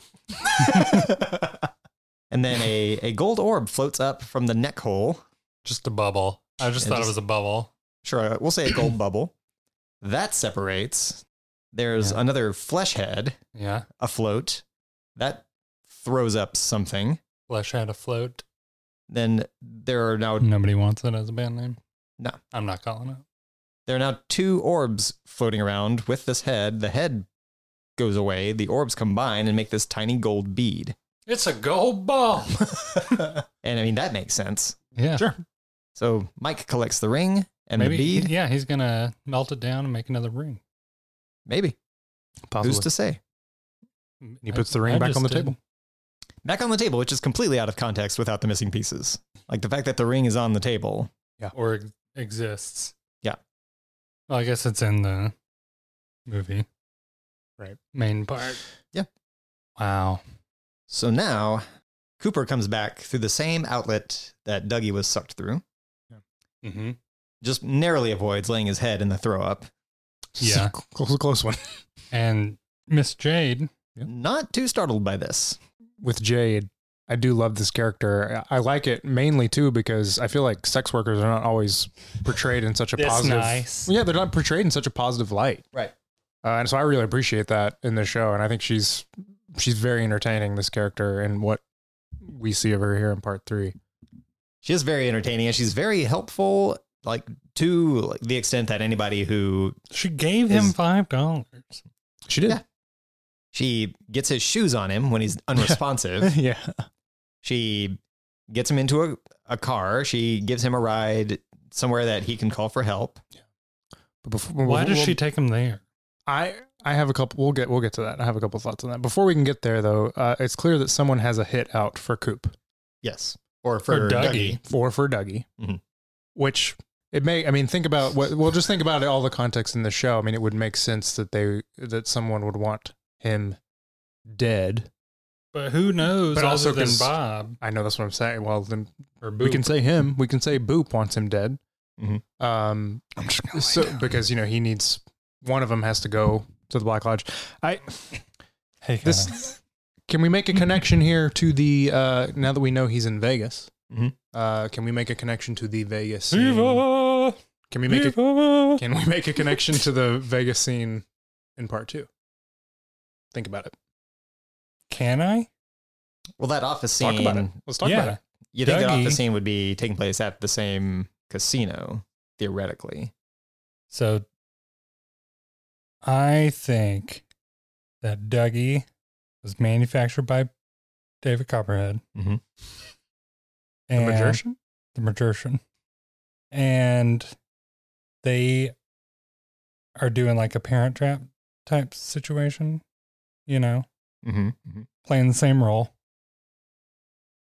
Speaker 2: and then a, a gold orb floats up from the neck hole.
Speaker 5: just a bubble. I just
Speaker 2: Yeah,
Speaker 5: thought
Speaker 2: just-
Speaker 5: it was a bubble.
Speaker 2: Sure, uh, we'll say a gold bubble. That separates. There's
Speaker 5: Yeah.
Speaker 2: another flesh head
Speaker 5: Yeah,
Speaker 2: afloat. That throws up something.
Speaker 5: flesh had a float.
Speaker 2: Then there are
Speaker 3: Hmm.
Speaker 2: now
Speaker 5: Nobody wants it as a band name.
Speaker 2: No.
Speaker 5: I'm not calling it.
Speaker 2: There are now two orbs floating around with this head. The head goes away. The orbs combine and make this tiny gold bead.
Speaker 5: It's a gold ball.
Speaker 2: And I mean, that makes sense.
Speaker 5: yeah,
Speaker 3: Sure.
Speaker 2: So Mike collects the ring and
Speaker 5: maybe.
Speaker 2: the bead.
Speaker 5: Yeah, he's gonna melt it down and make another ring.
Speaker 2: Maybe.
Speaker 3: Possibly.
Speaker 2: Who's to say?
Speaker 3: He puts the ring back
Speaker 5: just
Speaker 3: on the
Speaker 5: did.
Speaker 3: table.
Speaker 2: Back on the table, which is completely out of context without the missing pieces. Like the fact that the ring is on the table.
Speaker 5: or ex- exists.
Speaker 2: Yeah.
Speaker 5: Well, I guess it's in the movie.
Speaker 3: Right.
Speaker 5: Main part.
Speaker 2: Yeah.
Speaker 5: Wow.
Speaker 2: So now Cooper comes back through the same outlet that Dougie was sucked through,
Speaker 5: Mm-hmm.
Speaker 2: just narrowly avoids laying his head in the throw up.
Speaker 5: Yeah.
Speaker 3: close, close one
Speaker 5: And Miss Jade,
Speaker 2: Not too startled by this.
Speaker 3: with Jade. I do love this character. I I like it mainly too because I feel like sex workers are not always portrayed in such a
Speaker 5: That's
Speaker 3: positive.
Speaker 5: nice.
Speaker 3: Well, yeah, they're not portrayed in such a positive light.
Speaker 2: Right.
Speaker 3: Uh, and so I really appreciate that in the show, and I think she's she's very entertaining. This character and what we see of her here in part three.
Speaker 2: She is very entertaining and she's very helpful, like to like, the extent that anybody who
Speaker 5: she gave him
Speaker 2: Is-
Speaker 5: five dollars.
Speaker 3: She did.
Speaker 2: Yeah. she gets his shoes on him when he's unresponsive.
Speaker 3: yeah.
Speaker 2: she gets him into a, a car. She gives him a ride somewhere that he can call for help.
Speaker 3: But before,
Speaker 5: Why does she take him there? I I have a couple. We'll get we'll get to that. I have a couple thoughts on that. Before we can get there, though, uh, it's clear that someone has a hit out for Coop
Speaker 2: Yes. Or for,
Speaker 5: For
Speaker 2: Dougie.
Speaker 5: or for Dougie,
Speaker 7: Mm-hmm.
Speaker 2: Mhm.
Speaker 5: which it may. I mean, think about what. Well, just think about it, all the context in the show. I mean, it would make sense that they that someone would want him dead.
Speaker 7: But who knows?
Speaker 5: But
Speaker 7: other
Speaker 5: also
Speaker 7: than
Speaker 5: 'cause-
Speaker 7: Bob
Speaker 5: I know that's what I'm saying. Well, then
Speaker 7: or
Speaker 5: we
Speaker 7: Boop. Mm-hmm.
Speaker 5: can say him. We can say Boop wants him dead.
Speaker 2: Mhm.
Speaker 5: Um,
Speaker 3: I'm just gonna
Speaker 5: so because you know he needs one of them has to go to the Black Lodge. I
Speaker 3: hey, kinda.
Speaker 5: this can we make a connection here to the uh now that we know he's in Vegas?
Speaker 2: Mhm.
Speaker 5: Uh, can we make a connection to the Vegas? Scene?
Speaker 3: Viva,
Speaker 5: Can we make a,
Speaker 3: Viva.
Speaker 5: can we make a connection to the Vegas scene in part two? Think about it.
Speaker 7: Can I?
Speaker 2: Well, that office scene.
Speaker 5: Talk about it. Let's talk about
Speaker 7: Yeah.
Speaker 5: it.
Speaker 2: You think that
Speaker 7: Dougie-
Speaker 2: office scene would be taking place at the same casino, theoretically.
Speaker 7: So I think that Dougie was manufactured by David Copperhead.
Speaker 5: Mm-hmm.
Speaker 2: Mhm.
Speaker 7: And
Speaker 5: the magician.
Speaker 7: The magician. And they are doing like a parent trap type situation, you know?
Speaker 2: Mm-hmm.
Speaker 7: playing the same role.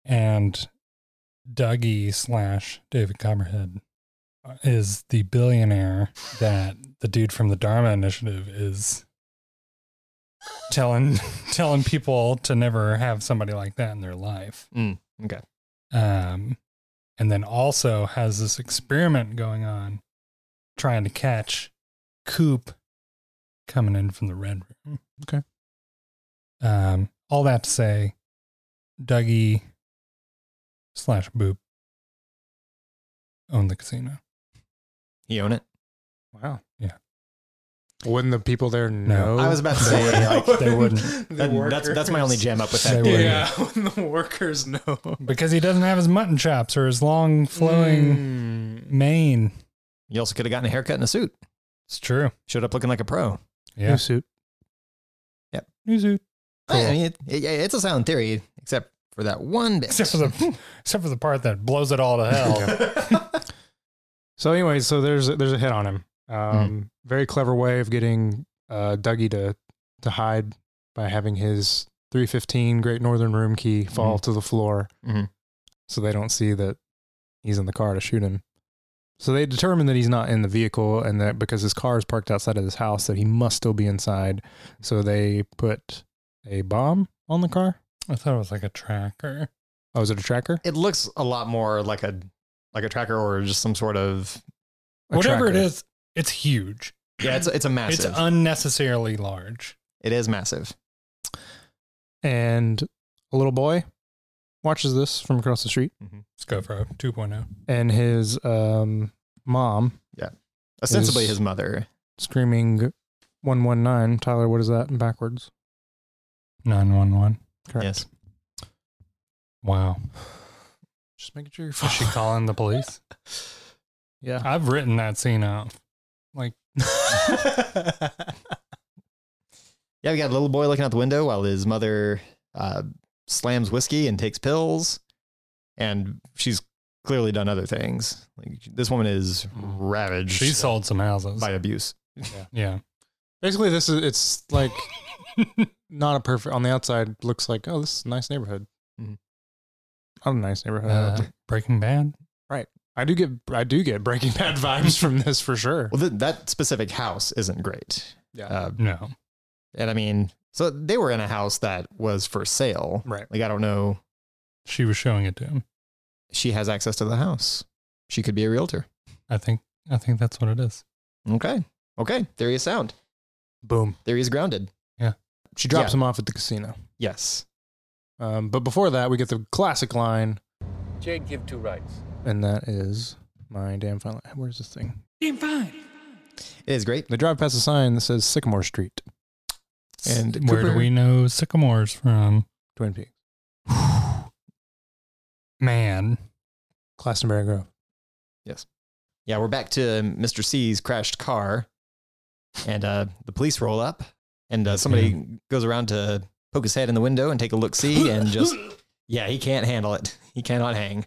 Speaker 7: And Dougie slash David Copperhead is the billionaire that the dude from the Dharma Initiative is telling telling people to never have somebody like that in their life.
Speaker 2: Mm, okay.
Speaker 7: Um, and then also has this experiment going on, trying to catch Coop coming in from the red room.
Speaker 5: Okay.
Speaker 7: Um, all that to say, Dougie slash Boop owned the casino.
Speaker 2: You own it?
Speaker 5: Wow.
Speaker 7: Yeah.
Speaker 5: Wouldn't the people there know?
Speaker 7: No.
Speaker 2: I was about to say, like,
Speaker 7: they wouldn't.
Speaker 5: Oh. The
Speaker 2: that- that's, that's my
Speaker 5: workers.
Speaker 2: only jam up with
Speaker 7: They
Speaker 2: that.
Speaker 7: wouldn't.
Speaker 5: Yeah, when the workers know.
Speaker 7: Because he doesn't have his mutton chops or his long flowing
Speaker 5: Mm.
Speaker 7: mane.
Speaker 2: You also could have gotten a haircut and a suit.
Speaker 7: It's true.
Speaker 2: Showed up looking like a pro.
Speaker 7: Yeah.
Speaker 5: suit.
Speaker 2: I mean, it, it, yeah, it's a sound theory, except for that one bit.
Speaker 7: Except for the except for the part that blows it all to hell.
Speaker 5: So anyway, so there's a, there's a hit on him. Um, Very clever way of getting uh, Dougie to to hide by having his 315 Great Northern Room key fall
Speaker 7: Mm-hmm.
Speaker 5: to the floor,
Speaker 2: Mhm.
Speaker 5: so they don't see that he's in the car to shoot him. So they determine that he's not in the vehicle, and that because his car is parked outside of his house, that he must still be inside. So they put a bomb on the car.
Speaker 7: I thought it was like a tracker.
Speaker 5: Oh, is it a tracker?
Speaker 2: It looks a lot more like a like a tracker or just some sort of
Speaker 5: A
Speaker 7: Whatever
Speaker 5: tracker.
Speaker 7: it is, it's huge.
Speaker 2: yeah. It's it's a massive.
Speaker 7: It's unnecessarily large.
Speaker 2: it is massive.
Speaker 5: And a little boy watches this from across the street.
Speaker 7: Let's go for a 2.0.
Speaker 5: and his um, mom
Speaker 2: Ostensibly,
Speaker 5: Is-
Speaker 2: his mother.
Speaker 5: screaming 119. Tyler, what is that in backwards?
Speaker 7: 911.
Speaker 5: Correct.
Speaker 2: Yes.
Speaker 7: Wow.
Speaker 5: Just making sure you're
Speaker 7: Is she calling the police?
Speaker 5: Yeah.
Speaker 7: I've written that scene out.
Speaker 2: Yeah, we got a little boy looking out the window while his mother uh, slams whiskey and takes pills, and she's clearly done other things. Like this woman is ravaged
Speaker 7: She sold some houses.
Speaker 2: by abuse.
Speaker 7: yeah.
Speaker 5: Basically, this is, it's like not a perfect, on the outside, looks like, oh, this is a nice neighborhood.
Speaker 2: Mhm.
Speaker 5: Not a nice neighborhood.
Speaker 7: Uh, Breaking Bad.
Speaker 5: I do get, I do get Breaking Bad vibes from this for sure.
Speaker 2: Well, th- that specific house isn't great.
Speaker 5: Yeah.
Speaker 2: Uh,
Speaker 7: No.
Speaker 2: and I mean, so they were in a house that was for sale.
Speaker 5: Right.
Speaker 2: Like I don't know,
Speaker 7: She was showing it to him.
Speaker 2: she has access to the house. She could be a realtor.
Speaker 7: I think I think that's what it is.
Speaker 2: Okay. Okay. Theory is sound.
Speaker 5: Boom.
Speaker 2: Theory is grounded.
Speaker 5: She drops
Speaker 2: Yeah.
Speaker 5: him off at the casino.
Speaker 2: Yes.
Speaker 5: Um, but before that, we get the classic line,
Speaker 9: Jake, give two rights.
Speaker 5: and that is my damn fine line. Where's this thing?
Speaker 2: It is great.
Speaker 5: They drive past a sign that says Sycamore Street,
Speaker 2: And
Speaker 7: where do
Speaker 2: Cooper-
Speaker 7: we know Sycamores from?
Speaker 5: Twin Peaks,
Speaker 7: Man.
Speaker 5: Glastonbury Grove.
Speaker 2: Yeah, we're back to Mr. C's crashed car, and uh, the police roll up, and uh, somebody goes around to poke his head in the window and take a look see, and just yeah, he can't handle it. He cannot hang.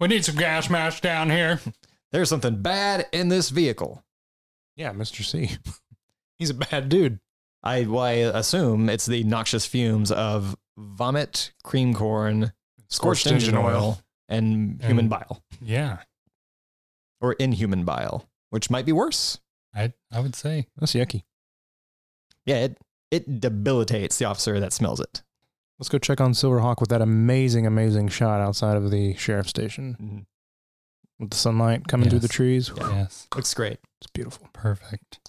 Speaker 7: We need some gas mask down here.
Speaker 2: There's something bad in this vehicle.
Speaker 5: Yeah, Mr. C. He's a bad dude.
Speaker 2: I, well, I assume it's the noxious fumes of vomit, cream corn, scorched, engine oil, and human
Speaker 7: And-
Speaker 2: bile
Speaker 7: Yeah,
Speaker 2: or inhuman bile, which might be worse.
Speaker 7: I I would say
Speaker 5: That's yucky.
Speaker 2: Yeah, it, it debilitates the officer that smells it.
Speaker 5: Let's go check on Silverhawk with that amazing, amazing shot outside of the sheriff station
Speaker 2: Mhm.
Speaker 5: with the sunlight coming through the
Speaker 7: Mm-hmm. Yes.
Speaker 5: trees.
Speaker 7: yes,
Speaker 2: Looks great.
Speaker 5: It's beautiful.
Speaker 7: perfect.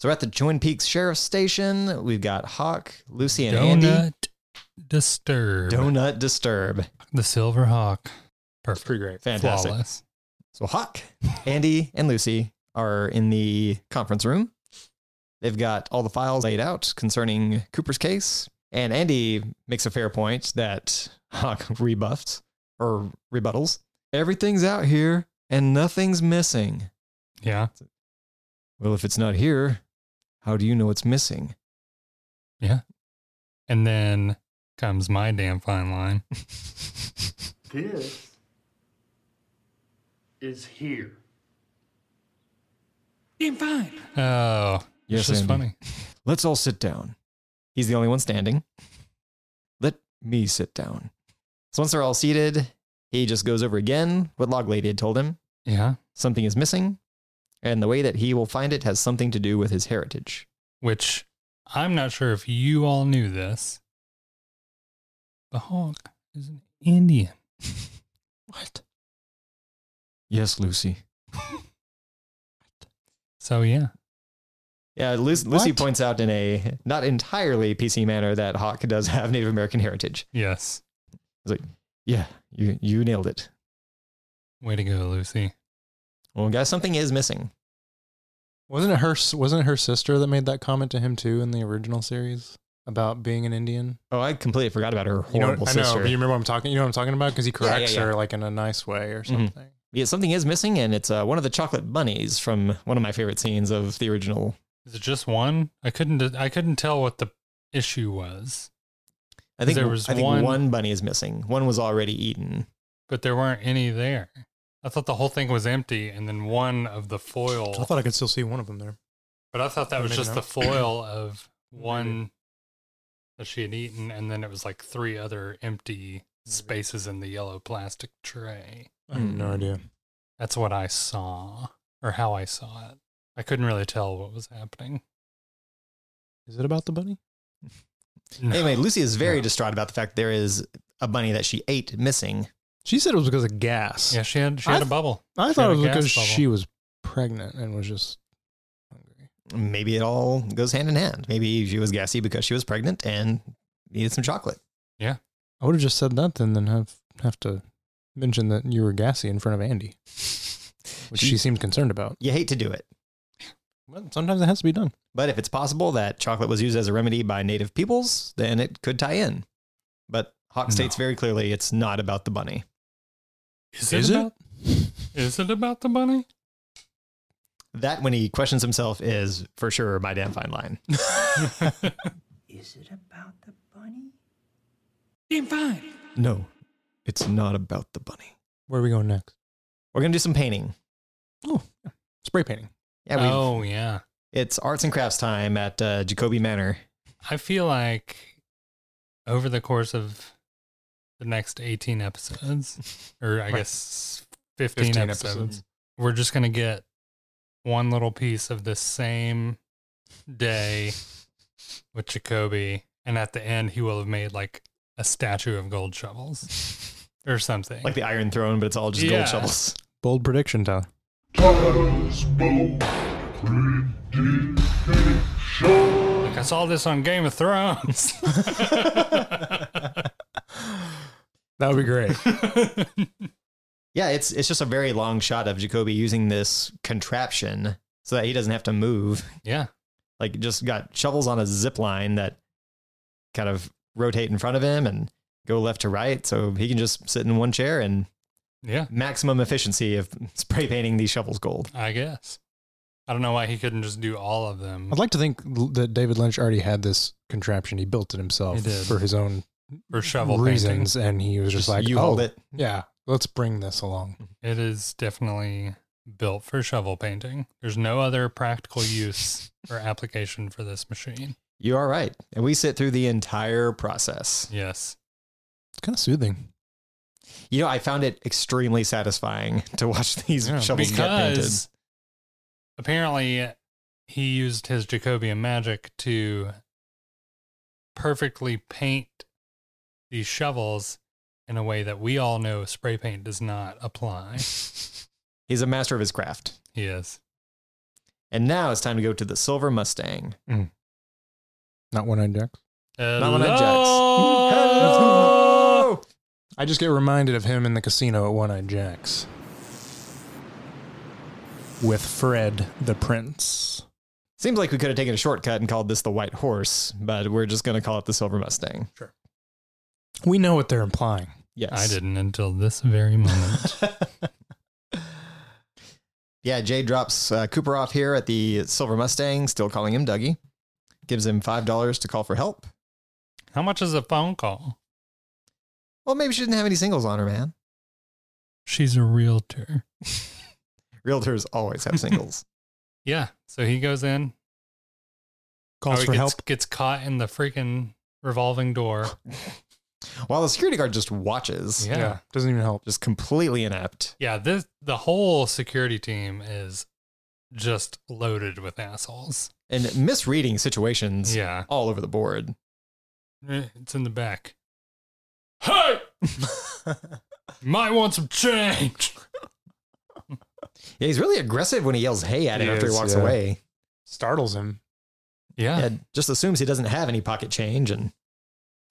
Speaker 2: So we're at the Twin Peaks Sheriff's Station. We've got Hawk, Lucy, and Andy.
Speaker 7: Donut disturb
Speaker 2: Donut disturb.
Speaker 7: the Silver Hawk. Perfect,
Speaker 3: pretty great.
Speaker 2: Fantastic.
Speaker 7: flawless.
Speaker 2: So Hawk, Andy, and Lucy are in the conference room. They've got all the files laid out concerning Cooper's case. And Andy makes a fair point that Hawk rebuffs or rebuttals. Everything's out here and nothing's missing.
Speaker 7: Yeah,
Speaker 2: Well, if it's not here, how do you know it's missing?
Speaker 7: and then comes my damn fine line.
Speaker 10: This is here.
Speaker 7: Oh,
Speaker 2: Yes,
Speaker 7: it's just
Speaker 2: Andy.
Speaker 7: funny.
Speaker 2: Let's all sit down. He's the only one standing. Let me sit down. So once they're all seated, he just goes over again what Log Lady had told him.
Speaker 7: Yeah,
Speaker 2: Something is missing, and the way that he will find it has something to do with his heritage.
Speaker 7: which I'm not sure if you all knew this. The hawk is an Indian.
Speaker 2: What? Yes, Lucy.
Speaker 7: So yeah,
Speaker 2: Yeah, Lu- Lucy
Speaker 5: What?
Speaker 2: points out in a not entirely PC manner that Hawk does have Native American heritage.
Speaker 7: yes.
Speaker 2: Yeah, you, you nailed it.
Speaker 7: Way to go, Lucy.
Speaker 2: Well, guys, something is missing.
Speaker 5: Wasn't it her? Wasn't it her sister that made that comment to him too in the original series about being an Indian?
Speaker 2: Oh, I completely forgot about her horrible
Speaker 5: I know.
Speaker 2: sister.
Speaker 5: But you remember what I'm talking? You know what I'm talking about? Because he
Speaker 2: Yeah, yeah,
Speaker 5: corrects
Speaker 2: yeah.
Speaker 5: her like in a nice way or
Speaker 2: Mhm.
Speaker 5: something.
Speaker 2: Yeah, something is missing, and it's uh, one of the chocolate bunnies from one of my favorite scenes of the original.
Speaker 7: Is it just one? I couldn't. I couldn't tell what the issue was,
Speaker 2: I think
Speaker 7: There was
Speaker 2: I think
Speaker 7: one-
Speaker 2: one bunny is missing. One was already eaten.
Speaker 7: but there weren't any there. I thought the whole thing was empty, and then one of the foil.
Speaker 5: I thought I could still see one of them there.
Speaker 7: but I thought that was
Speaker 5: Maybe
Speaker 7: just
Speaker 5: not.
Speaker 7: the foil of one that she had eaten, and then it was like three other empty spaces in the yellow plastic tray.
Speaker 5: I have no
Speaker 2: Hmm.
Speaker 5: idea.
Speaker 7: That's what I saw, or how I saw it. I couldn't really tell what was happening.
Speaker 5: Is it about the bunny?
Speaker 7: No.
Speaker 2: Anyway, Lucy is very
Speaker 7: No.
Speaker 2: distraught about the fact there is a bunny that she ate missing.
Speaker 5: She said it was because of gas.
Speaker 7: yeah, she had she had a
Speaker 5: I-
Speaker 7: bubble.
Speaker 5: I
Speaker 7: She
Speaker 5: thought
Speaker 7: had
Speaker 5: it
Speaker 7: a
Speaker 5: was
Speaker 7: gas
Speaker 5: because
Speaker 7: bubble.
Speaker 5: she was pregnant and was just hungry.
Speaker 2: Maybe it all goes hand in hand. Maybe she was gassy because she was pregnant and needed some chocolate.
Speaker 5: I would have just said that then, then have have to mention that you were gassy in front of Andy, which she
Speaker 2: You-
Speaker 5: seemed concerned about.
Speaker 2: you hate to do it,
Speaker 5: Well, sometimes it has to be done.
Speaker 2: but if it's possible that chocolate was used as a remedy by native peoples, then it could tie in. But Hawk
Speaker 7: No.
Speaker 2: states very clearly it's not about the bunny.
Speaker 7: Is, it? about- Is it about the bunny?
Speaker 2: That, when he questions himself, is for sure my damn fine line.
Speaker 10: Is it about the bunny?
Speaker 2: No, it's not about the bunny.
Speaker 5: Where are we going next? Oh,
Speaker 2: We're gonna do some painting.
Speaker 5: Spray painting.
Speaker 2: Yeah, we
Speaker 7: oh yeah.
Speaker 2: it's arts and crafts time at uh, Jacoby Manor.
Speaker 7: I feel like over the course of the next 18 episodes, or I guess 15,
Speaker 5: 15
Speaker 7: episodes,
Speaker 5: episodes.
Speaker 7: we're just going to get one little piece of the same day with Jacoby. And at the end, he will have made like a statue of gold shovels or something.
Speaker 2: like the Iron Throne, but it's all just
Speaker 7: Yeah.
Speaker 2: gold shovels.
Speaker 5: Bold prediction, Tyler.
Speaker 7: Like, I saw this on Game of Thrones.
Speaker 5: That would be great.
Speaker 2: Yeah, it's it's just a very long shot of Jacoby using this contraption so that he doesn't have to move.
Speaker 7: yeah.
Speaker 2: Like just got shovels on a zip line that kind of rotate in front of him and go left to right, so he can just sit in one chair and
Speaker 7: Yeah.
Speaker 2: maximum efficiency of spray painting these shovels gold.
Speaker 7: I guess. I don't know why he couldn't just do all of them.
Speaker 5: I'd like to think l- that David Lynch already had this contraption. He built it himself
Speaker 7: He did.
Speaker 5: for his own
Speaker 7: for shovel
Speaker 5: reasons, and he was just, like,
Speaker 2: you
Speaker 5: oh,
Speaker 2: hold it.
Speaker 5: Yeah, let's bring this along.
Speaker 7: painting. It is definitely built for shovel painting. There's no other practical use or application for this machine.
Speaker 2: You are right. And we sit through the entire process.
Speaker 7: Yes.
Speaker 5: It's kind of soothing.
Speaker 2: You know, I found it extremely satisfying to watch these
Speaker 5: Yeah,
Speaker 2: shovels get painted.
Speaker 7: because apparently he used his Jacobian magic to perfectly paint these shovels in a way that we all know spray paint does not apply.
Speaker 2: He's a master of his craft.
Speaker 7: he is.
Speaker 2: And now it's time to go to the Silver Mustang.
Speaker 5: Not one eyed ducks.
Speaker 2: Not one eyed jacks.
Speaker 7: Hello!
Speaker 5: I just get reminded of him in the casino at One Eyed Jack's with Fred the Prince.
Speaker 2: Seems like we could have taken a shortcut and called this the White Horse, but we're just going to call it the Silver Mustang.
Speaker 5: We know what they're implying.
Speaker 2: Yes.
Speaker 7: I didn't until this very moment.
Speaker 2: Yeah, Jay drops uh, Cooper off here at the Silver Mustang, still calling him Dougie. Gives him $5 to call for help.
Speaker 7: How much is a phone call?
Speaker 2: Well, maybe she didn't have any singles on her, man.
Speaker 7: She's a realtor.
Speaker 2: Realtors always have singles.
Speaker 7: Yeah. So he goes in,
Speaker 5: Calls
Speaker 7: Oh, he
Speaker 5: for
Speaker 7: gets,
Speaker 5: help.
Speaker 7: gets caught in the freaking revolving door.
Speaker 2: While the security guard just watches,
Speaker 7: Yeah. yeah.
Speaker 5: Doesn't even help.
Speaker 2: just completely inept.
Speaker 7: This the whole security team is just loaded with assholes.
Speaker 2: and misreading situations
Speaker 7: Yeah.
Speaker 2: all over the board.
Speaker 7: Eh, It's in the back. Hey, you might want some change.
Speaker 2: Yeah, he's really aggressive when he yells "Hey" at him
Speaker 5: He
Speaker 2: after he
Speaker 5: is,
Speaker 2: walks
Speaker 5: yeah.
Speaker 2: away.
Speaker 5: Startles him.
Speaker 7: Yeah. Yeah.
Speaker 2: Yeah, just assumes he doesn't have any pocket change and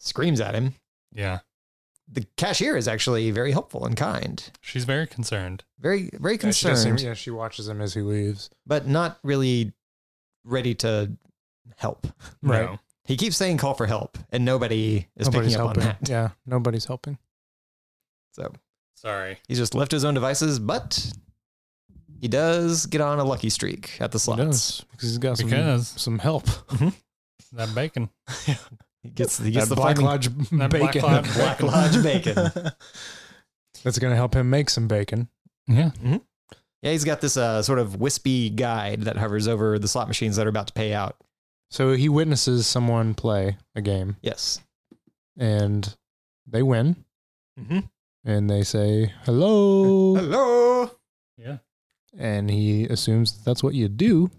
Speaker 2: screams at him. The cashier is actually very helpful and kind,
Speaker 7: She's very concerned.
Speaker 2: very very
Speaker 5: Yeah, she, does seem-
Speaker 2: concerned,
Speaker 5: yeah, she watches him as he leaves.
Speaker 2: but not really ready to help.
Speaker 5: Right.
Speaker 7: No.
Speaker 2: He keeps saying "call for help," and nobody is
Speaker 5: nobody's
Speaker 2: picking up
Speaker 5: helping.
Speaker 2: on that.
Speaker 5: Yeah, nobody's helping.
Speaker 2: So
Speaker 7: Sorry.
Speaker 2: he's just left to his own devices, but he does get on a lucky streak at the
Speaker 5: He
Speaker 2: slots.
Speaker 5: knows because he's got some,
Speaker 7: Because-
Speaker 5: some help.
Speaker 7: That bacon.
Speaker 2: He gets, he gets
Speaker 5: That
Speaker 2: the
Speaker 5: Black
Speaker 2: finding-
Speaker 5: Lodge
Speaker 7: That Black
Speaker 5: bacon.
Speaker 7: Lodge-
Speaker 2: Black Lodge bacon.
Speaker 5: That's going to help him make some bacon.
Speaker 7: Yeah.
Speaker 2: Yeah, he's got this uh, sort of wispy guide that hovers over the slot machines that are about to pay out.
Speaker 5: So he witnesses someone play a game
Speaker 2: Yes.
Speaker 5: and they win
Speaker 7: Mm-hmm.
Speaker 2: Mhm.
Speaker 5: and they say, hello.
Speaker 2: Hello.
Speaker 7: Yeah.
Speaker 5: and he assumes that that's what you do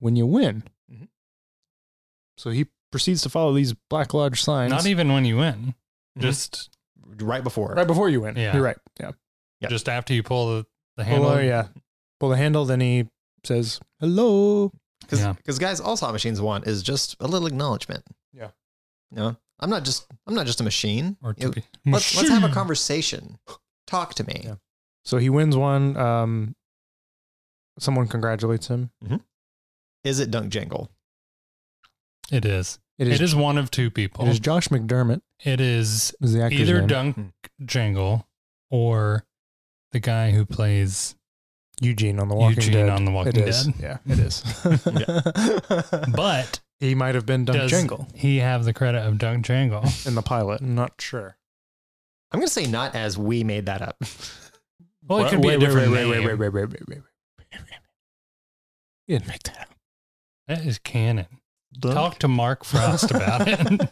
Speaker 5: when you win.
Speaker 7: Mm-hmm.
Speaker 2: Mhm.
Speaker 5: So he proceeds to follow these Black Lodge signs.
Speaker 7: Not e- even when you win. Just
Speaker 2: Right before.
Speaker 5: right before you win.
Speaker 7: Yeah.
Speaker 5: You're right. Yeah.
Speaker 2: Yeah.
Speaker 7: just after you pull the, the handle.
Speaker 5: Handle. yeah. Pull the handle, then he says, "Hello."
Speaker 2: Because
Speaker 7: Yeah.
Speaker 2: guys, all slot machines want is just a little acknowledgement.
Speaker 5: Yeah.
Speaker 2: No, I'm not just I'm not just a machine.
Speaker 7: Or to
Speaker 2: You-
Speaker 7: be-
Speaker 2: let's, let's have a conversation. Talk to me.
Speaker 5: Yeah. So he wins one. Um, someone congratulates him.
Speaker 2: Is it Dunk Jangle?
Speaker 7: It is.
Speaker 5: It
Speaker 7: It
Speaker 5: is.
Speaker 7: is, one of two people.
Speaker 5: it is Josh McDermott.
Speaker 7: It is
Speaker 5: Is the actor's
Speaker 7: either
Speaker 5: name.
Speaker 7: Dunk
Speaker 2: Hmm.
Speaker 7: Jangle or the guy who plays.
Speaker 5: Eugene on the Walking
Speaker 7: Eugene
Speaker 5: Dead.
Speaker 7: on The Walking
Speaker 5: It is.
Speaker 7: Dead.
Speaker 5: Yeah, it is.
Speaker 7: But
Speaker 5: he might have been Dunk
Speaker 7: does
Speaker 5: Jangle
Speaker 7: he have the credit of Dunk Jangle?
Speaker 5: in the pilot. I'm not sure.
Speaker 2: I'm gonna say not as we made that up.
Speaker 7: Well, it
Speaker 5: Wait,
Speaker 7: could be
Speaker 5: wait,
Speaker 7: a
Speaker 5: wait,
Speaker 7: different
Speaker 5: wait, wait,
Speaker 7: name.
Speaker 5: wait, wait, wait, wait, wait, wait, wait, wait. You didn't make that up.
Speaker 7: That is canon. Talk to Mark Frost about it.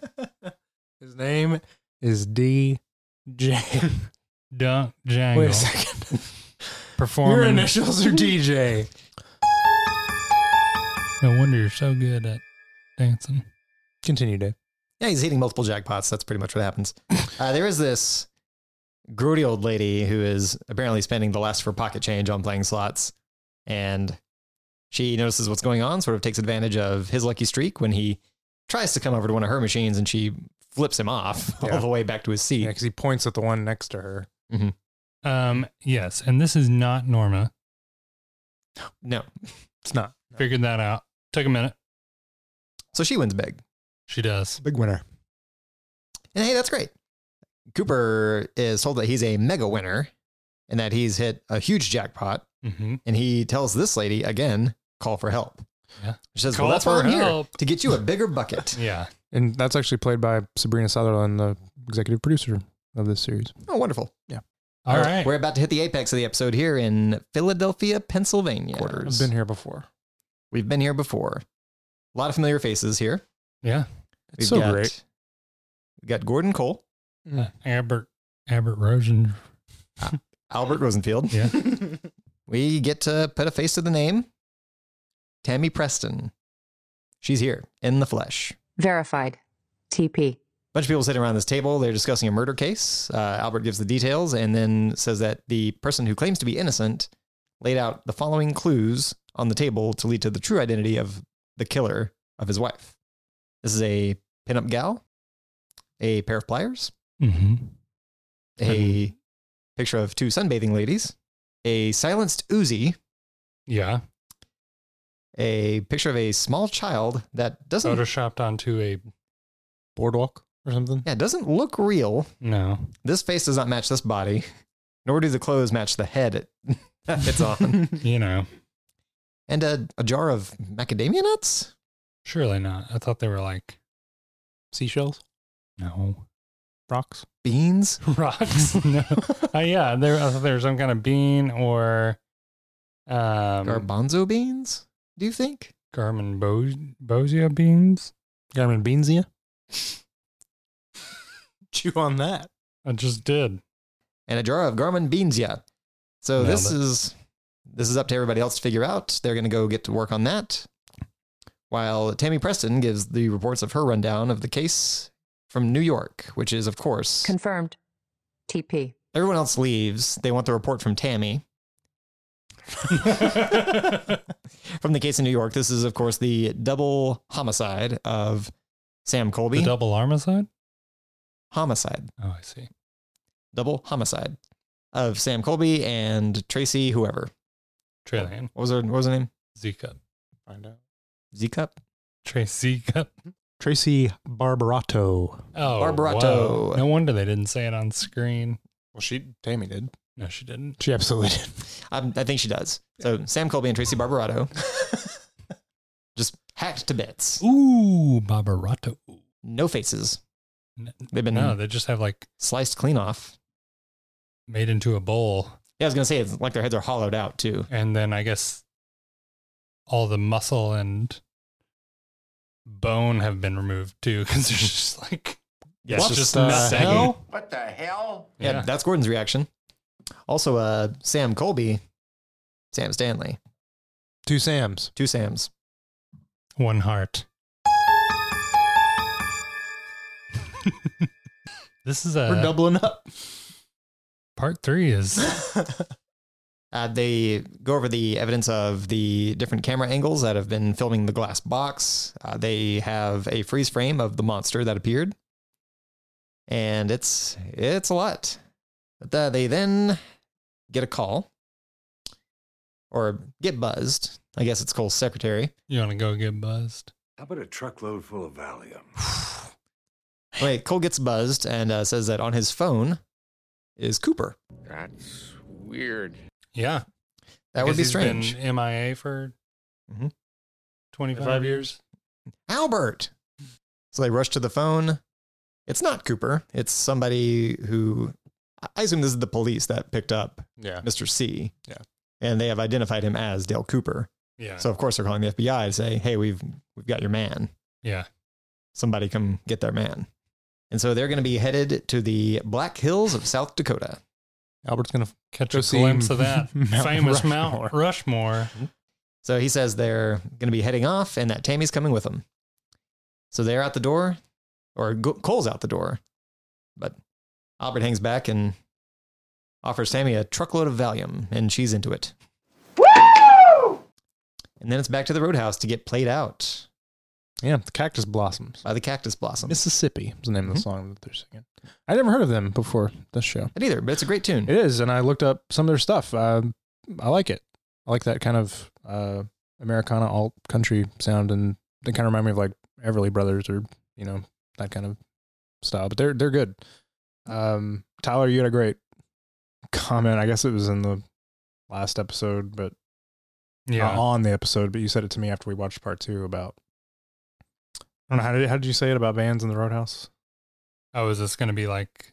Speaker 5: His name is D. J.
Speaker 7: Dunk Jangle
Speaker 5: Wait a second. Your
Speaker 7: performing.
Speaker 5: initials are DJ.
Speaker 7: no wonder you're so good at dancing.
Speaker 5: Continue, Dave.
Speaker 2: Yeah, he's hitting multiple jackpots. That's pretty much what happens. Uh, there is this grody old lady who is apparently spending the last of her pocket change on playing slots, and she notices what's going on. Sort of takes advantage of his lucky streak when he tries to come over to one of her machines, and she flips him off
Speaker 5: Yeah.
Speaker 2: all the way back to his
Speaker 5: Yeah,
Speaker 2: seat.
Speaker 5: because he points at the one next to her.
Speaker 7: Um, yes, and this is not Norma.
Speaker 2: No,
Speaker 5: It's not
Speaker 7: Figured that out. Took a minute.
Speaker 2: so she wins big,
Speaker 7: She does.
Speaker 5: big winner.
Speaker 2: and hey, that's great. Cooper is told that he's a mega winner, and that he's hit a huge jackpot.
Speaker 7: Mm-hmm.
Speaker 2: And he tells this lady again, call for help.
Speaker 7: Yeah.
Speaker 2: She says,
Speaker 7: Call
Speaker 2: well, that's why
Speaker 7: for
Speaker 2: I'm here
Speaker 7: help.
Speaker 2: to get you a bigger bucket.
Speaker 7: Yeah.
Speaker 5: And that's actually played by Sabrina Sutherland, the executive producer of this series.
Speaker 2: oh, wonderful.
Speaker 5: Yeah.
Speaker 7: All
Speaker 2: We're-
Speaker 7: right.
Speaker 2: We're about to hit the apex of the episode here in Philadelphia, Pennsylvania.
Speaker 5: I've been here before.
Speaker 2: We've been here before. A lot of familiar faces here.
Speaker 7: Yeah.
Speaker 5: It's so
Speaker 2: got,
Speaker 5: great.
Speaker 2: We've got Gordon Cole,
Speaker 7: Uh, Albert Albert Rosen.
Speaker 2: Albert Rosenfield.
Speaker 7: Yeah.
Speaker 2: we get to put a face to the name. Tammy Preston. She's here in the flesh.
Speaker 8: Verified. TP.
Speaker 2: bunch of people sitting around this table. They're discussing a murder case. Uh, Albert gives the details and then says that the person who claims to be innocent laid out the following clues on the table to lead to the true identity of the killer of his wife. This is a pinup gal, a pair of pliers,
Speaker 7: Mm-hmm.
Speaker 2: a picture of two sunbathing ladies, a silenced Uzi,
Speaker 7: Yeah.
Speaker 2: a picture of a small child that doesn't
Speaker 7: Photoshopped onto a
Speaker 5: Boardwalk or something.
Speaker 2: yeah, doesn't look real.
Speaker 7: no.
Speaker 2: This face does not match this body, nor do the clothes match the head it, that it's on.
Speaker 7: You know,
Speaker 2: and a, a jar of macadamia nuts?
Speaker 7: surely not. I thought they were like
Speaker 5: Seashells,
Speaker 7: no
Speaker 5: rocks.
Speaker 2: Beans?
Speaker 7: rocks. no. Uh, yeah, there. I thought there was some kind of bean or um
Speaker 2: Garbanzo beans? Do you think?
Speaker 7: Garmin Bo- Bosia beans.
Speaker 5: Garmin Beansia. Chew on that.
Speaker 7: I just did.
Speaker 2: And a jar of Garmin beans, yeah. So
Speaker 7: Nailed
Speaker 2: this
Speaker 7: it.
Speaker 2: is this is up to everybody else to figure out. They're gonna go get to work on that. While Tammy Preston gives the reports of her rundown of the case from New York, which is of course
Speaker 8: Confirmed. TP.
Speaker 2: everyone else leaves. They want the report from Tammy. from the case in New York. This is of course the double homicide of Sam Colby.
Speaker 7: The double homicide.
Speaker 2: homicide.
Speaker 7: Oh, I see.
Speaker 2: double homicide of Sam Colby and Tracy, whoever.
Speaker 7: Trillion
Speaker 2: What was her, what was her name?
Speaker 7: Z cup.
Speaker 5: Find out.
Speaker 2: Z Cup?
Speaker 7: Trace Z cup.
Speaker 5: Tracy Barbarato.
Speaker 7: Oh,
Speaker 2: Barbarato.
Speaker 7: whoa. No wonder they didn't say it on screen.
Speaker 5: Well, she Tammy did.
Speaker 7: No, she didn't.
Speaker 5: She absolutely did.
Speaker 2: Um, I, I think she does. So Sam Colby and Tracy Barbarato just hacked to bits.
Speaker 7: Ooh, Barbarato.
Speaker 2: No faces.
Speaker 7: N-
Speaker 2: They've been
Speaker 7: No, they just have like
Speaker 2: sliced clean off.
Speaker 7: made into a bowl,
Speaker 2: Yeah, I was going to say, it's like their heads are hollowed out too.
Speaker 7: and then I guess all the muscle and bone have been removed too, because there's just like
Speaker 2: Yeah,
Speaker 7: it's
Speaker 2: what
Speaker 7: just
Speaker 2: the
Speaker 7: nothing.
Speaker 2: hell?
Speaker 9: What the hell?
Speaker 2: Yeah,
Speaker 7: Yeah.
Speaker 2: that's Gordon's reaction. Also, uh, Sam Colby, Sam Stanley,
Speaker 5: Two Sams.
Speaker 2: two Sams.
Speaker 7: one heart. this is
Speaker 5: We're
Speaker 7: a
Speaker 5: doubling up.
Speaker 7: part three is
Speaker 2: Uh, they go over the evidence of the different camera angles that have been filming the glass box. Uh, they have a freeze frame of the monster that appeared, and it's it's a lot. But uh, they then get a call or get buzzed. I guess it's Cole's secretary.
Speaker 7: you want to go get buzzed.
Speaker 9: How about a truckload full of Valium?
Speaker 2: Wait, Cole gets buzzed and uh, says that on his phone is Cooper.
Speaker 9: That's weird.
Speaker 7: Yeah,
Speaker 2: That would
Speaker 7: because
Speaker 2: be
Speaker 7: he's been
Speaker 2: strange.
Speaker 7: MIA for
Speaker 2: Mhm.
Speaker 7: twenty five
Speaker 5: 25
Speaker 7: years.
Speaker 2: Albert. So they rush to the phone. It's not Cooper. It's somebody who I assume this is the police that picked up
Speaker 5: Yeah.
Speaker 2: Mr. C.
Speaker 5: Yeah.
Speaker 2: And they have identified him as Dale Cooper.
Speaker 7: Yeah,
Speaker 2: So of course they're calling the FBI to say, "Hey, we've we've got your man.
Speaker 7: yeah.
Speaker 2: Somebody come get their man." And so they're going to be headed to the Black Hills of South Dakota.
Speaker 5: Albert's gonna
Speaker 7: Catch
Speaker 5: Go
Speaker 7: a
Speaker 5: see
Speaker 7: glimpse of that
Speaker 5: Mount
Speaker 7: famous
Speaker 5: Rushmore.
Speaker 7: Mount Rushmore.
Speaker 2: So he says they're going to be heading off and that Tammy's coming with them. So they're out the door, or Go- Cole's out the door. But Albert hangs back and offers Tammy a truckload of Valium, and she's into it. And then it's back to the roadhouse to get played out
Speaker 5: yeah. The cactus blossoms.
Speaker 2: by the cactus blossom.
Speaker 5: Mississippi is the name of the song that they're singing. I never heard of them before this show.
Speaker 2: Not either, but it's a great tune.
Speaker 5: It is, and I looked up some of their stuff. Uh, I like it. I like that kind of uh, Americana alt country sound, and they kind of remind me of like Everly Brothers or you know that kind of style. But they're they're good. Um, Tyler, you had a great comment. I guess it was in the last episode, but
Speaker 7: Yeah,
Speaker 5: not uh, on the episode. But you said it to me after we watched part two about. I don't know how did how did you say it about bands in the Roadhouse?
Speaker 7: Oh, is this going to be like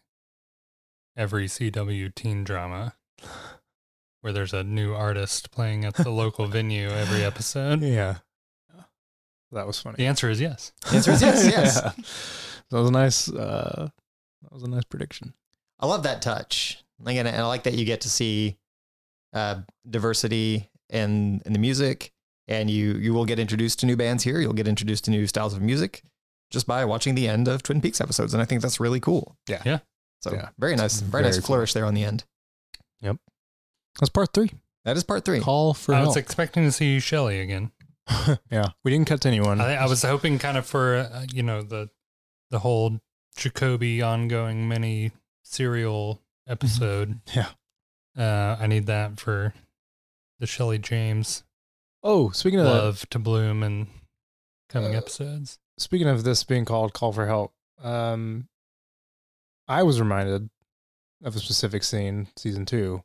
Speaker 7: every CW teen drama where there's a new artist playing at the local venue every episode?
Speaker 5: Yeah. That was funny.
Speaker 7: The answer is yes.
Speaker 2: The answer is yes, yes.
Speaker 5: Yeah. That was a nice uh that was a nice prediction.
Speaker 2: I love that touch. Like, and, and I like that you get to see uh, diversity in in the music, and you you will get introduced to new bands here. You'll get introduced to new styles of music just by watching the end of Twin Peaks episodes, and I think that's really cool.
Speaker 5: Yeah.
Speaker 7: Yeah.
Speaker 2: So
Speaker 5: Yeah.
Speaker 2: very nice, very, nice
Speaker 5: Very cool.
Speaker 2: flourish there on the end.
Speaker 5: That's part three.
Speaker 2: That is part three.
Speaker 5: Call for
Speaker 7: I
Speaker 5: help.
Speaker 7: was expecting to see Shelley again.
Speaker 5: yeah. We didn't cut to anyone.
Speaker 7: I, I was hoping kind of for uh, you know the the whole Jacoby ongoing mini serial episode.
Speaker 5: Mm-hmm. Yeah.
Speaker 7: uh, I need that for the Shelley James
Speaker 5: oh, speaking of
Speaker 7: love to bloom in coming
Speaker 5: Uh,
Speaker 7: episodes.
Speaker 5: speaking of this being called call for help um i was reminded of a specific scene season two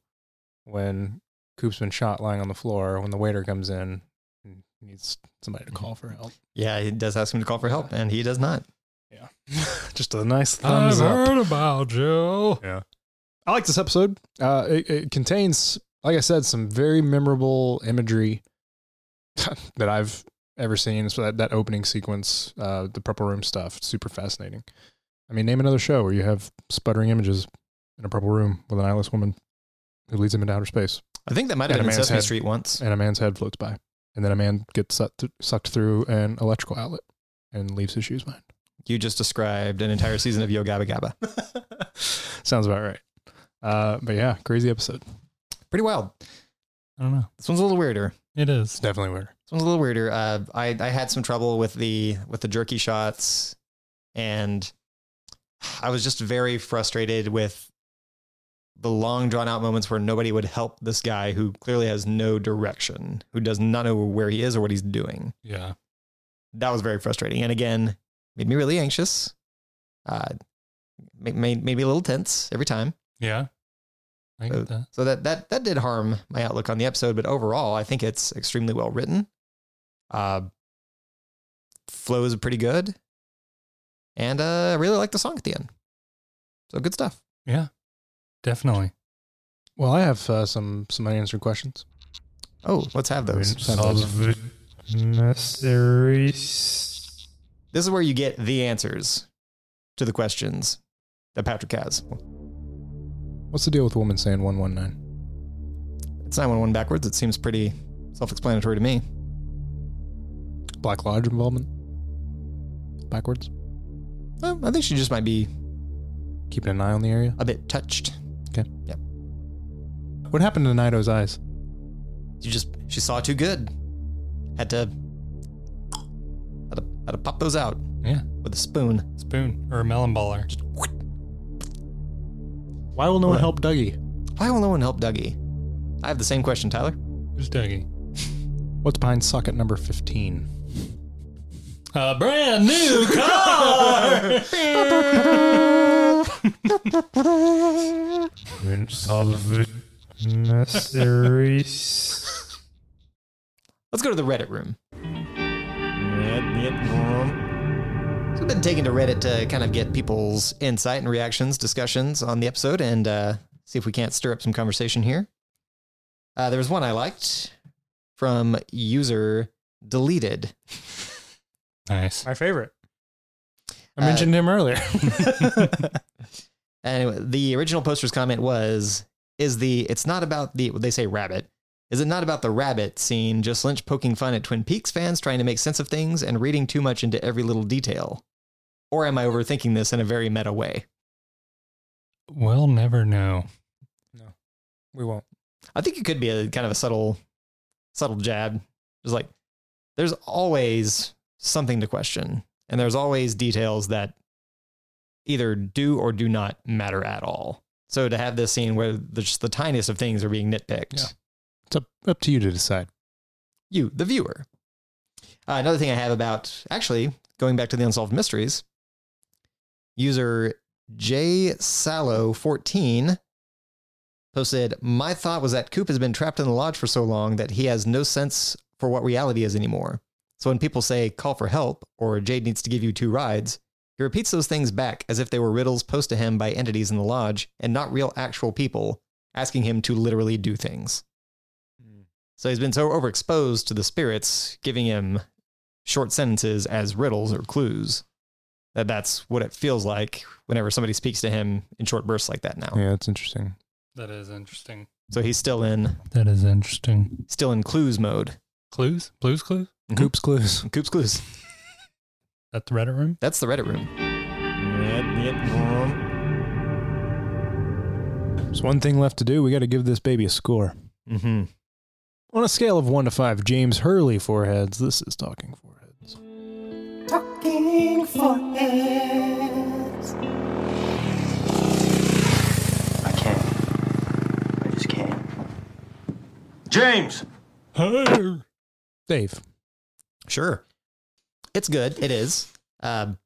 Speaker 5: when coop's been shot lying on the floor when the waiter comes in and needs somebody to
Speaker 2: Mm-hmm.
Speaker 5: call for help
Speaker 2: Yeah, he does ask him to call for help, and he does not.
Speaker 5: yeah just a nice thumbs
Speaker 7: I've
Speaker 5: up
Speaker 7: heard about Joe.
Speaker 5: i like this episode uh it, it contains like i said some very memorable imagery that i've ever seen so that, that opening sequence uh the purple room stuff super fascinating I mean, name another show where you have sputtering images in a purple room with an eyeless woman who leads him into outer space,
Speaker 2: I think that might have
Speaker 5: And
Speaker 2: been
Speaker 5: a man's
Speaker 2: Sesame
Speaker 5: head.
Speaker 2: Street once.
Speaker 5: and a man's head floats by, and then a man gets sucked, sucked through an electrical outlet and leaves his shoes behind.
Speaker 2: You just described an entire season of Yo Gabba Gabba.
Speaker 5: Sounds about right. Uh, but yeah, crazy episode.
Speaker 2: Pretty wild.
Speaker 7: I don't know.
Speaker 2: This one's a little weirder.
Speaker 7: It is.
Speaker 5: It's definitely weird.
Speaker 2: This one's a little weirder. Uh, I I had some trouble with the with the jerky shots, and I was just very frustrated with the long drawn out moments where nobody would help this guy who clearly has no direction, who does not know where he is or what he's doing.
Speaker 7: Yeah.
Speaker 2: That was very frustrating, and again, made me really anxious. Uh, made made, made me a little tense every time.
Speaker 7: Yeah.
Speaker 2: Uh,
Speaker 7: I get that.
Speaker 2: So that that that did harm my outlook on the episode, but overall, I think it's extremely well written. Uh, flows pretty good, and uh, I really like the song at the end. So good stuff.
Speaker 7: Yeah. Definitely.
Speaker 5: Well, I have uh, some some unanswered questions.
Speaker 2: Oh, let's have those.
Speaker 3: Solve mysteries.
Speaker 2: This is where you get the answers to the questions that Patrick has.
Speaker 5: What's the deal with woman saying one one nine?
Speaker 2: It's nine one one backwards. It seems pretty self-explanatory to me.
Speaker 5: Black Lodge involvement? Backwards.
Speaker 2: Well, I think she just might be
Speaker 5: Keeping an eye on the area.
Speaker 2: a bit touched.
Speaker 5: What happened to Nido's eyes?
Speaker 2: She just she saw too good. Had to had to, had to pop those out.
Speaker 7: Yeah.
Speaker 2: with a spoon.
Speaker 7: Spoon or a melon baller.
Speaker 5: Why will no one help Dougie?
Speaker 2: Why will no one help Dougie? I have the same question, Tyler.
Speaker 7: Who's Dougie?
Speaker 5: What's behind socket number 15?
Speaker 7: A Uh, brand new car.
Speaker 3: Solve mysteries.
Speaker 2: Let's go to the Reddit room. So we've been taking to Reddit to kind of get people's insight and reactions, discussions on the episode, and uh, see if we can't stir up some conversation here. Uh, there was one I liked from user deleted.
Speaker 7: nice.
Speaker 5: My favorite. I
Speaker 2: Uh,
Speaker 5: mentioned him earlier.
Speaker 2: Anyway, the original poster's comment was is the it's not about the they say rabbit. Is it not about the rabbit scene, just Lynch poking fun at Twin Peaks fans trying to make sense of things and reading too much into every little detail? Or am I overthinking this in a very meta way?
Speaker 7: We'll never know.
Speaker 5: we won't.
Speaker 2: I think it could be a kind of a subtle subtle jab. Just like there's always something to question, and there's always details that either do or do not matter at all. So to have this scene where the, just the tiniest of things are being nitpicked.
Speaker 5: Yeah. It's up, up to you to decide.
Speaker 2: you, the viewer. Uh, another thing I have about actually going back to the unsolved mysteries, user J Sallow 14 posted, My thought was that Coop has been trapped in the lodge for so long that he has no sense for what reality is anymore. So when people say call for help or Jade needs to give you two rides, He repeats those things back as if they were riddles posed to him by entities in the lodge and not real actual people asking him to literally do things. So he's been so overexposed to the spirits giving him short sentences as riddles or clues that that's what it feels like whenever somebody speaks to him in short bursts like that now.
Speaker 5: Yeah, it's interesting.
Speaker 7: That is interesting.
Speaker 2: So he's still in
Speaker 7: That is interesting.
Speaker 2: still in clues mode.
Speaker 7: Clues? Blues clues?
Speaker 5: Goop's clues.
Speaker 2: Coops clues.
Speaker 7: At the Reddit room?
Speaker 2: That's the Reddit room.
Speaker 5: There's one thing left to do. We got to give this baby a score.
Speaker 2: Mm-hmm.
Speaker 5: On a scale of one to five, James Hurley foreheads. This is talking foreheads.
Speaker 10: Talking foreheads.
Speaker 6: I can't. I just can't.
Speaker 9: James!
Speaker 5: Dave.
Speaker 2: Sure. It's good. It is. Um,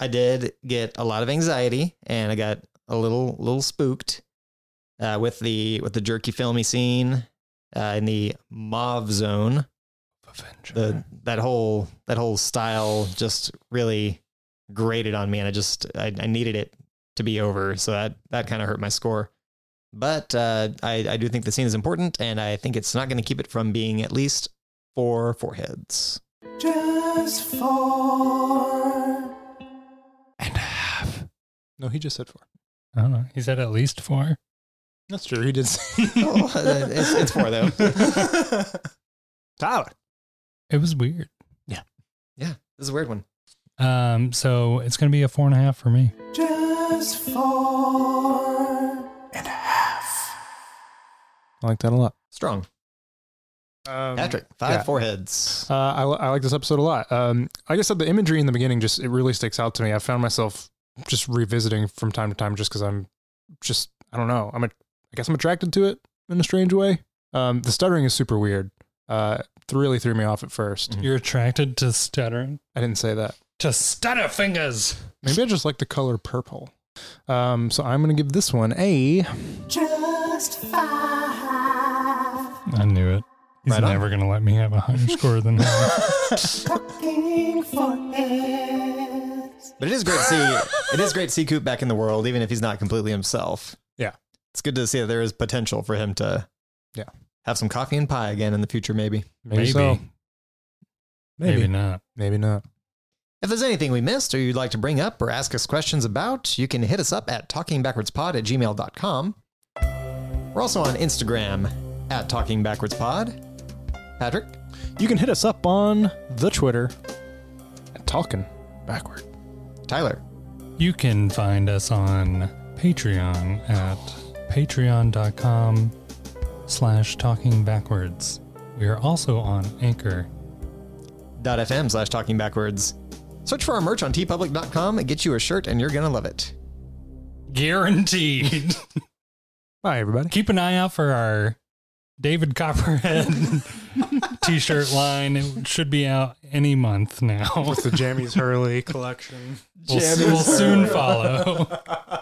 Speaker 2: I did get a lot of anxiety and I got a little little spooked uh, with the with the jerky filmy scene uh, in the mauve zone. The that whole that whole style just really grated on me and I just I, I needed it to be over. So that that kind of hurt my score. But uh, I, I do think the scene is important and I think it's not going to keep it from being at least four foreheads.
Speaker 10: Just four.
Speaker 5: No, he just said four.
Speaker 7: I don't know. He said at least four.
Speaker 5: That's true. He did say
Speaker 2: Oh, it's, it's four though.
Speaker 5: Tyler.
Speaker 7: It was weird.
Speaker 2: yeah, this is a weird one.
Speaker 7: Um, so it's gonna be a four and a half for me.
Speaker 10: Just four.
Speaker 5: I like that a lot.
Speaker 2: Strong.
Speaker 5: Um,
Speaker 2: Patrick, five
Speaker 5: yeah.
Speaker 2: foreheads.
Speaker 5: Uh, I, li- I like this episode a lot. Um, like I said, the imagery in the beginning just it really sticks out to me. I found myself just revisiting from time to time, just because I'm just I don't know. I'm a, I guess I'm attracted to it in a strange way. Um, the stuttering is super weird. Uh, it really threw me off at 1st
Speaker 2: Mhm.
Speaker 7: You're attracted to stuttering?
Speaker 5: I didn't say that.
Speaker 7: To stutter fingers.
Speaker 5: Maybe I just like the color purple. Um, so I'm gonna give this one a
Speaker 10: Just five.
Speaker 7: I knew it. He's
Speaker 2: Right on.
Speaker 7: never gonna let me have a higher score than that.
Speaker 10: Talking foreheads.
Speaker 2: But it is great to see. it is great to see Coop back in the world, even if he's not completely himself.
Speaker 5: Yeah.
Speaker 2: it's good to see that there is potential for him to.
Speaker 5: Yeah.
Speaker 2: have some coffee and pie again in the future, maybe.
Speaker 5: maybe so.
Speaker 7: Maybe.
Speaker 5: maybe
Speaker 7: not.
Speaker 5: maybe not.
Speaker 2: If there's anything we missed or you'd like to bring up or ask us questions about, you can hit us up at talkingbackwardspod at gmail.com. We're also on Instagram at talkingbackwardspod. Patrick,
Speaker 5: You can hit us up on the Twitter at Talking Backward.
Speaker 2: Tyler,
Speaker 7: You can find us on Patreon at patreon.com slash talking backwards. We are also on Anchor.
Speaker 2: anchor.fm slash talking backwards. Search for our merch on tpublic.com and get you a shirt and you're going to love it.
Speaker 7: Guaranteed.
Speaker 5: Bye everybody.
Speaker 7: Keep an eye out for our David Copperhead t shirt line. It should be out any month now.
Speaker 5: the Jammies Hurley collection.
Speaker 7: We'll, we'll soon follow.